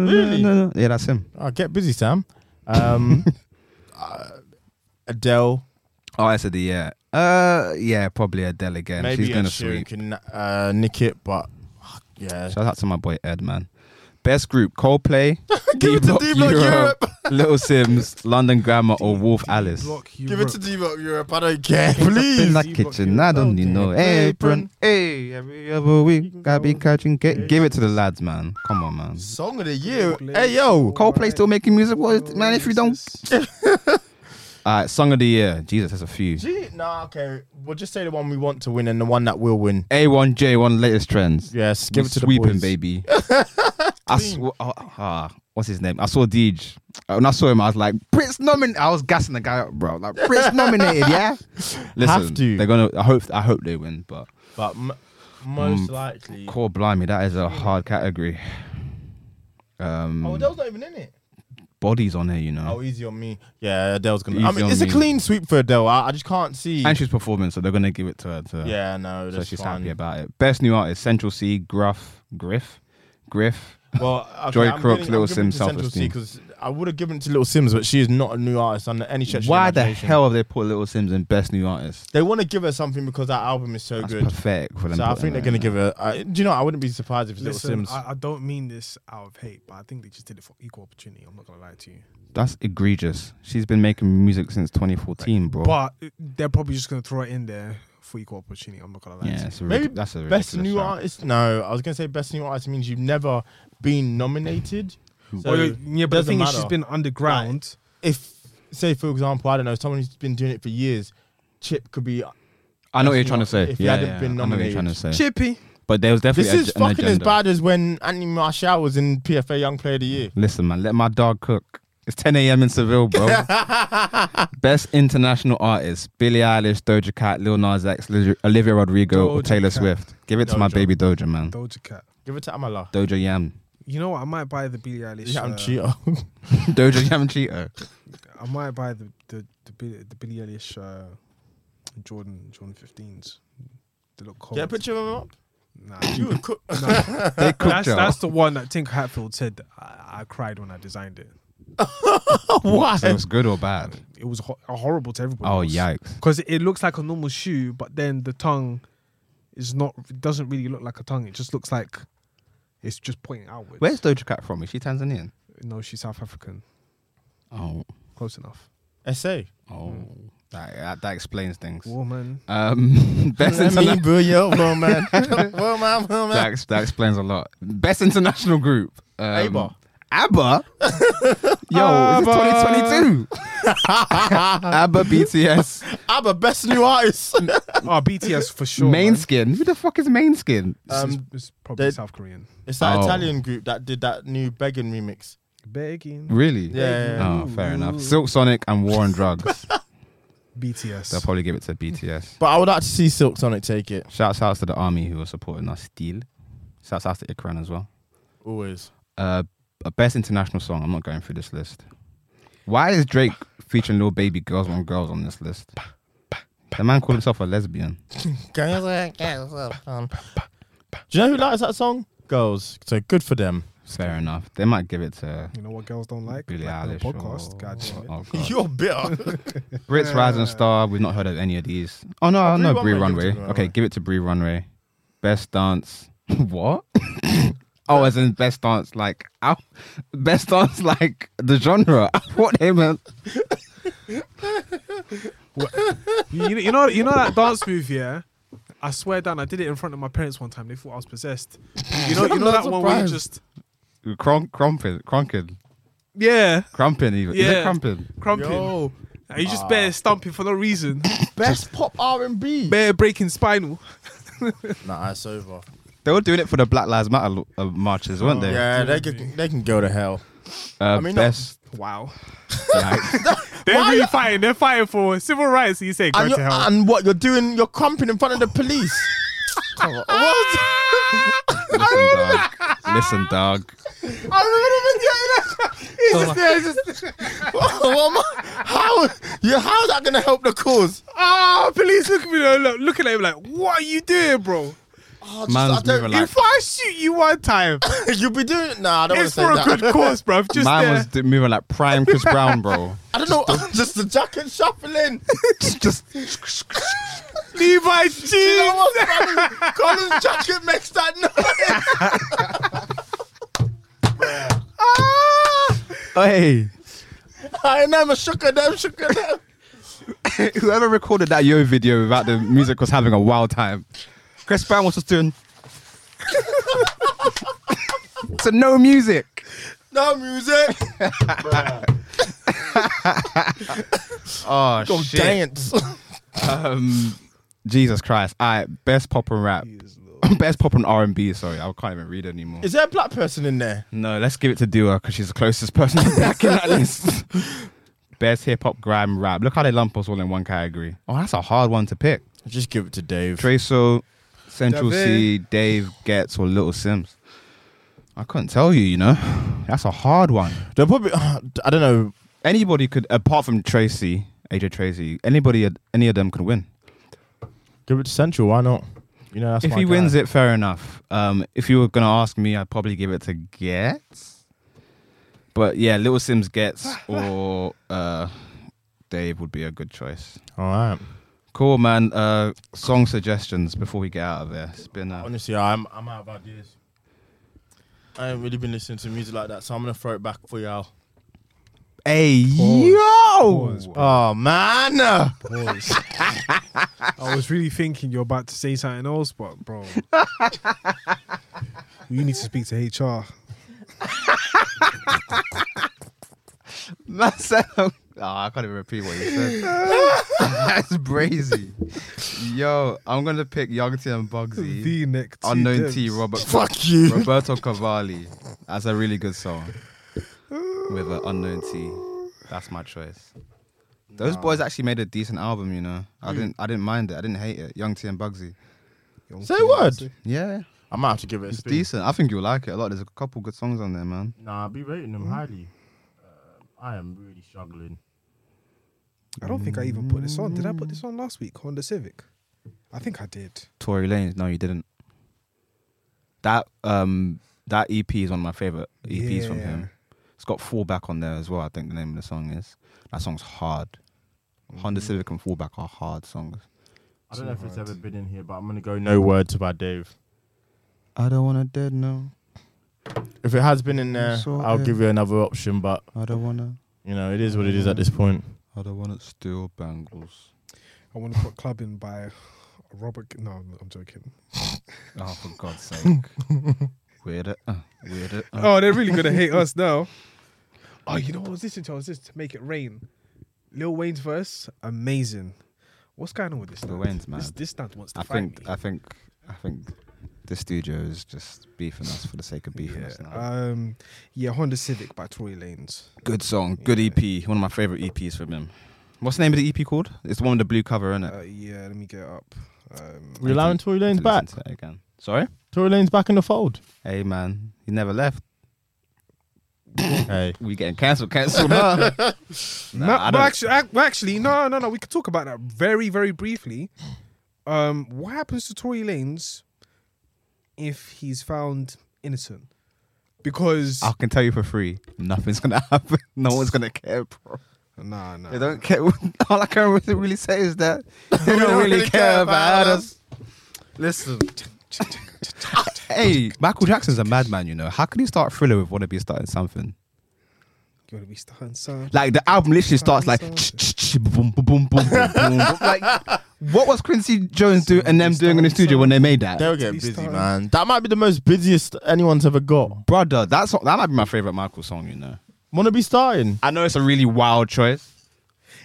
S1: Really? Yeah, that's him.
S3: oh, get busy, Sam. Um, uh, Adele.
S1: Artist of the year. Uh, yeah, probably Adele again.
S3: maybe
S1: She's gonna
S3: Ed Sheeran
S1: sweep.
S3: can uh, nick it, but yeah.
S1: Shout out to my boy Ed, man. Best group: Coldplay,
S3: Give it to D-Block
S1: Little Sims, London Grammar, or Wolf Alice.
S2: Block
S3: Give it to
S2: Europe.
S3: D-Block Europe. I don't care,
S1: In
S3: please.
S1: that
S2: You've got
S1: kitchen,
S2: your
S1: I don't need
S3: golden
S1: no apron.
S3: apron.
S1: Hey, every other week I be catching. Get, give it to the lads, man. Come on, man.
S3: Song of the year. Hey yo,
S1: Coldplay still making music, what
S2: Oh,
S1: is, man? If you don't, all right, song of the year. Jesus, there's a few.
S3: Gee, nah, okay. We'll just say the one we want to win and the one that will win.
S1: A1, J1, latest trends.
S3: Yes,
S1: We
S3: give it to
S1: sweeping,
S3: the boys.
S1: baby. I sw- oh, ah, what's his name? I saw Deej. Uh, When I saw him, I was like, Prince nominated. I was gassing the guy up, bro. Like Prince nominated, yeah. Listen,
S3: to.
S1: they're gonna. I hope. I hope they win, but
S3: But m-
S1: Mm.
S3: most likely,
S1: core blimey, that is a hard category. Um,
S3: oh, Adele's not even in it.
S1: bodies on here, you know,
S3: Oh, easy on me. Yeah, Adele's gonna. I
S1: Mm. Easy
S3: mean,
S1: on
S3: it's
S1: me.
S3: a clean sweep for Adele. I, I just can't see.
S1: and she's performing, so they're gonna give it to her. To,
S3: yeah, no,
S1: so
S3: that's
S1: she's
S3: fine.
S1: happy about it. Best new artist: Central C, Gruff, Griff, Griff.
S3: Well, okay,
S1: Joy
S3: I'm
S1: Crooks,
S3: giving-
S1: Little
S3: I'm giving it
S1: Sims
S3: to Central
S1: self-esteem.
S3: C 'cause I would have given it to Little Sims, but she is not a new artist under any stretch. of
S1: Why the
S3: imagination.
S1: hell have they put Little Sims in best new artist?
S3: They want to give her something because that album is so
S1: That's
S3: good.
S1: pathetic for them.
S3: So I
S1: putting
S3: think
S1: her
S3: they're
S1: in
S3: gonna
S1: there.
S3: give her. I, do you know? I wouldn't be surprised if it's Little
S2: Listen,
S3: Sims.
S2: I, I don't mean this out of hate, but I think they just did it for equal opportunity. I'm not gonna lie to you.
S1: That's egregious. She's been making music since 2014, bro.
S2: But uh, they're probably just gonna throw it in there for equal opportunity. I'm not gonna lie.
S1: yeah,
S2: To you.
S1: it's a
S3: Maybe
S1: ridic- that's a
S3: best
S1: ridiculous
S3: new
S1: shout.
S3: artist. No, I was gonna say best new artist means you've never been nominated. So
S2: Well, Oh, yeah, but the
S3: doesn't
S2: thing is, she's
S3: matter.
S2: been underground.
S3: if say for example, I don't know, someone who's been doing it for years, Chip could be.
S1: I know what you're
S3: best
S1: trying
S3: new
S1: to say.
S3: artist if he
S1: yeah,
S3: hadn't
S1: yeah,
S3: been
S1: I know what you're trying to
S3: nominated.
S1: say.
S2: Chippy.
S1: But there was
S3: This
S1: definitely
S3: is
S1: a, an
S3: fucking as
S1: agenda.
S3: bad as when Anthony Martial was in PFA Young Player of the Year.
S1: Listen, man, let my dog cook. It's 10 a.m. in Seville, bro. best international artist: Billie Eilish, Doja Cat, Lil Nas X, Liz- Olivia Rodrigo, or
S2: Doja
S1: Taylor
S2: Cat.
S1: Swift. Give it to my
S3: Doja.
S1: baby Doja, man.
S2: Doja Cat.
S3: Give it to Amala.
S1: Doja Yam.
S2: You know what? I might buy the Billie Eilish.
S3: Yeah, I'm
S2: uh,
S3: cheater.
S1: Doja Yam Cheeto.
S2: I might buy the the the, Billie- the Billie Eilish uh, Jordan Jordan 15s. They look cold.
S3: Get a picture of him up.
S2: Nah,
S3: You would cook.
S1: They cooked
S2: that's
S1: her.
S2: that's the one that Tink Hatfield said. I, I cried when I designed it.
S3: Why?
S1: So it's good or bad?
S2: It was ho- horrible to everybody.
S1: Oh, yikes.
S2: Because it looks like a normal shoe, but then the tongue is not. It doesn't really look like a tongue. It just looks like it's just pointing outwards.
S1: Where's Doja Cat from? Is she Tanzanian?
S2: No, she's South African.
S1: Oh.
S2: Close enough.
S3: SA.
S1: Oh,
S2: Hmm.
S1: that, that, that explains things.
S2: Woman.
S1: Um, best
S3: I mean,
S1: interna-
S3: bro, yo, bro, man. Bro, man, bro,
S1: that,
S3: man.
S1: ex- that explains a lot. Best international group. Um,
S3: ABBA.
S1: ABBA. Yo, is this 2022? ABBA, BTS,
S3: ABBA, best new artist.
S2: Oh, BTS for sure. man.
S1: Mainskin. Who the fuck is Mainskin?
S2: It's- it's-
S3: Um,
S2: it's probably
S3: they-
S2: South Korean.
S3: it's that
S1: Oh.
S3: Italian group that did that new Begging remix.
S2: Begging.
S1: Really?
S3: Yeah.
S1: Oh, fair enough. Silk Sonic and War on Drugs. They'll
S2: BTS.
S1: probably give it to BTS.
S3: But I would like to see Silk Sonic take it.
S1: Shouts out to the army who are supporting us. Steel. Shouts out to Ikran as well.
S3: Always.
S1: uh, a best international song. I'm not going through this list. Why is Drake featuring Lil Baby Girls on Girls on this list? The man called himself a lesbian.
S3: Do you know who likes that song? Girls. So good for them.
S1: Fair enough. They might give it to
S2: You know what girls don't like?
S1: Billie
S2: Like the
S1: Eilish.
S2: podcast.
S1: or-
S2: God damn it.
S1: oh, God.
S3: You're bitter.
S1: Brits Rising Star. We've not heard of any of these. Oh no,
S3: Oh,
S1: no Bree
S3: Bree Runway,
S1: Runway.
S3: give it to Bree
S1: Okay, give
S3: Runway.
S1: it to Bree Runway. Best dance. what? oh, as in best dance like ow, best dance like the genre. what him? and-
S2: you, you know, you know that dance move, yeah. I swear down, I did it in front of my parents one time. They thought I was possessed. You know, you know that one where you
S3: surprised.
S2: just
S1: Cron- Crumpin, Cronkin,
S2: yeah,
S1: Crumpin. Even is it
S2: Yeah.
S1: Crumpin?
S2: crumping.
S3: Yo,
S2: And you just bare stomping for no reason,
S3: best pop R&B.
S2: bare breaking spinal.
S3: Nah, it's over.
S1: They were doing it for the Black Lives Matter lo- uh, marches, weren't they?
S3: Oh, Yeah, they can, they can go to hell.
S1: Uh,
S3: I mean,
S1: best.
S2: Wow,
S1: Yikes.
S2: they're
S3: Why
S2: really
S3: you-
S2: fighting. They're fighting for civil rights. And you say go
S3: And,
S2: to
S3: you're,
S2: hell.
S3: and what you're doing, you're crumping in front of the police. Come on, what?
S1: Listen, dog. Listen, dog.
S4: I remember the video. He's just there. He's just
S3: What am I- how? Yeah, how's that gonna help the cause?
S2: Ah, police look at me, uh, look, looking at him like, what are you doing, bro?
S3: Oh,
S1: Man's
S3: I don't-
S1: moving like-
S2: if I shoot you one time,
S3: You'll be doing. Nah, I don't want to
S2: it's
S3: say
S2: for a
S3: that.
S2: good cause, bro. Just
S1: Mine
S2: there.
S1: was d- moving like prime Chris Brown, bro.
S3: I don't know. just the jacket shuffling.
S1: Just
S2: Levi
S3: You know
S2: Jeans.
S3: what, man? Colin's jacket makes that noise.
S2: Ah!
S1: hey,
S3: I never shook at them, shook at them.
S1: whoever recorded that yo video without the music was having a wild time. Chris Brown was just doing. so no music.
S3: No music.
S1: Oh
S3: Go dance.
S1: Um, Jesus Christ! All right, best pop and rap, best pop and R and B. Sorry, I can't even read anymore.
S3: Is there a black person in there?
S1: No, let's give it to Dua because she's the closest person to back in that list. Best hip hop, grime, rap. Look how they lump us all in one category. Oh, that's a hard one to pick.
S3: Just give it to Dave.
S1: Treso, Central C, Dave Getz, or Little Sims. I couldn't tell you. You know, that's a hard one.
S3: They're probably. I don't know.
S1: Anybody could, apart from Tracy, AJ Tracy. Anybody, any of them could win.
S3: Give it to Central. Why not? You know, that's
S1: if he wins it, fair enough. Um, if you were gonna ask me, I'd probably give it to Gets. But yeah, Little Sims Gets or uh, Dave would be a good choice.
S3: All right.
S1: Cool, man. Uh, song suggestions before we get out of here. It's been uh,
S3: Honestly, I'm I'm out of ideas. I ain't really been listening to music like that, so I'm gonna throw it back for y'all.
S1: hey
S2: Pause,
S1: yo.
S3: Oh man!
S2: I was really thinking you're about to say something else, but bro, you need to speak to HR.
S1: That sound. Oh, I can't even repeat what you said. That's brazy. Yo, I'm gonna pick Young T and Bugsy.
S2: The neck. T
S1: Unknown
S2: Dibs.
S1: T Robert
S3: Fuck you.
S1: Roberto Cavalli. That's a really good song. With an unknown T. That's my choice. Those boys actually made a decent album, you know. I didn't I didn't mind it. I didn't hate it. Young T and Bugsy.
S3: Say what?
S1: Yeah.
S3: I might have to give it a
S1: It's
S3: spin.
S1: decent. I think you'll like it a lot. There's a couple good songs on there, man.
S3: Nah, I'll be rating
S1: Hmm?
S3: them highly. Uh, I am really struggling.
S2: I don't think I even put this on. Did I put this on last week? Honda Civic. I think I did.
S1: Tory Lanez, no, you didn't. That um that EP is one of my favourite EPs from
S2: Yeah.
S1: him. It's got Fallback on there as well, I think the name of the song is. That song's hard. Honda Civic and Fallback are hard songs.
S3: I don't know if it's ever been in here, but I'm gonna go no words about Dave.
S1: I don't wanna dead no.
S3: If it has been in there,
S1: So,
S3: I'll
S1: yeah.
S3: give you another option. But
S1: I don't wanna.
S3: you know, it is what it is at this point.
S1: I don't wanna steal bangles.
S2: I want to put Club in by Robert. No, I'm, I'm joking.
S1: Oh, for God's sake. Weird it. Uh, weird it. Uh.
S2: Oh, they're really gonna hate us now. Oh, you know what I was listening to? I was listening to Make It Rain. Lil Wayne's verse, amazing. What's going on with this?
S1: Lil
S2: stand?
S1: Wayne's
S2: This,
S1: mad.
S2: this stand wants to
S1: I
S2: fight
S1: think.
S2: me.
S1: I think. I think. The studio is just beefing us for the sake of beefing
S2: yeah.
S1: us now.
S2: Um, yeah, Honda Civic by Tory Lanez.
S1: good song. Good EP. One of my favorite EPs from him. What's the name of the EP called? It's the one with the blue cover, isn't it?
S2: Uh, yeah, let me get it up. Um,
S3: We're allowing Tory Lane's back.
S1: To it again. Sorry.
S3: Tory Lane's back in the fold.
S1: Hey man, you never left.
S3: hey,
S1: We getting cancelled, cancelled. now. nah,
S2: Ma-
S1: I
S2: well,
S1: don't-
S2: actually, ac- well, actually, no, no, no. We could talk about that very, very briefly. Um, what happens to Tory Lanez if he's found innocent? Because
S1: I can tell you for free, nothing's gonna happen. No one's gonna care, bro.
S2: nah, nah,
S1: They don't care. All I can really say is that they don't really care about us. Listen. hey, Michael Jackson's a madman, you know. How could he start Thriller with Wanna Be Starting Something?
S2: You wanna be starting something?
S1: Like, the album literally starts like, boom, boom, boom, boom, boom, boom. Like, what was Quincy Jones doing and them doing in the studio when they made that?
S3: they'll get
S2: He's
S3: busy,
S2: starting.
S3: man. That might be the most busiest anyone's ever got.
S1: Brother, that's, that might be my favorite Michael song, you know.
S3: Wanna be starting?
S1: I know it's a really wild choice,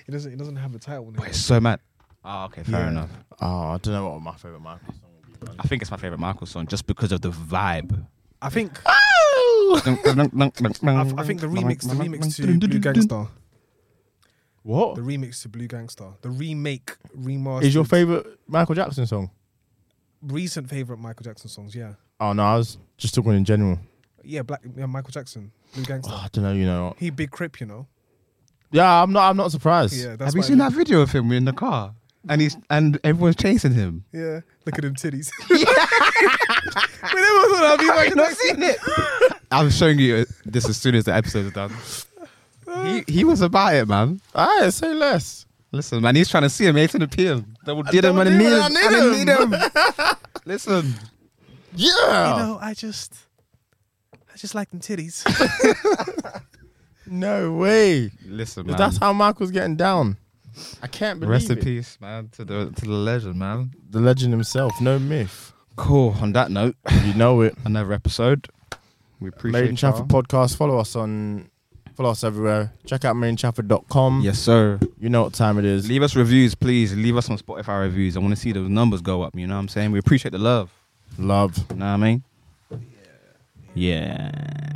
S2: It doesn't. It doesn't have a title.
S1: but it's so mad. Oh, okay, fair enough.
S3: Oh, I don't know what my favorite Michael song would be. Man.
S1: I think it's my favorite Michael song just because of the vibe.
S2: I think.
S1: I,
S2: I, I think the remix. The remix to Blue Gangster.
S3: What
S2: The remix to Blue Gangster. The remake remaster.
S3: is your favorite Michael Jackson song?
S2: recent favorite Michael Jackson songs? Yeah.
S3: Oh no, I was just talking in general.
S2: Yeah, black yeah, Michael Jackson, Blue Gangster.
S3: Oh, I don't know, you know.
S2: He big crip, you know.
S3: Yeah, I'm not. I'm not surprised.
S2: Yeah, that's
S1: Have you
S2: why-
S1: seen that video of him in the car? And he's and everyone's chasing him.
S2: Yeah, look at them titties. Whenever I saw that, I'd be like,
S1: not seen it. I'm showing you uh, this as soon as the episode is done. He he was about it, man.
S3: All right, say less.
S1: Listen, man, he's trying to see him, eight and appeal. They will did him
S3: will
S1: and
S3: do
S1: need
S3: it,
S1: him.
S3: I need
S1: and they need him. Listen, Oh.
S3: Yeah.
S2: you know, I just, I just like them titties.
S3: No way.
S1: listen,
S3: If
S1: man.
S3: that's how Michael's getting down. I can't believe
S1: Rest in
S3: it.
S1: peace, man, to the to the legend, man.
S3: The legend himself, no myth.
S1: Cool. On that note,
S3: You know it.
S1: another episode. We appreciate
S3: Made in Chafford
S1: y'all.
S3: podcast. Follow us on, follow us everywhere. Check out mainchafford.com.
S1: Yes, sir.
S3: You know what time it is.
S1: Leave us reviews, please. Leave us on Spotify reviews. I want to see those numbers go up. You know what I'm saying? We appreciate the love.
S3: Love.
S1: You know what I mean? Yeah. Yeah.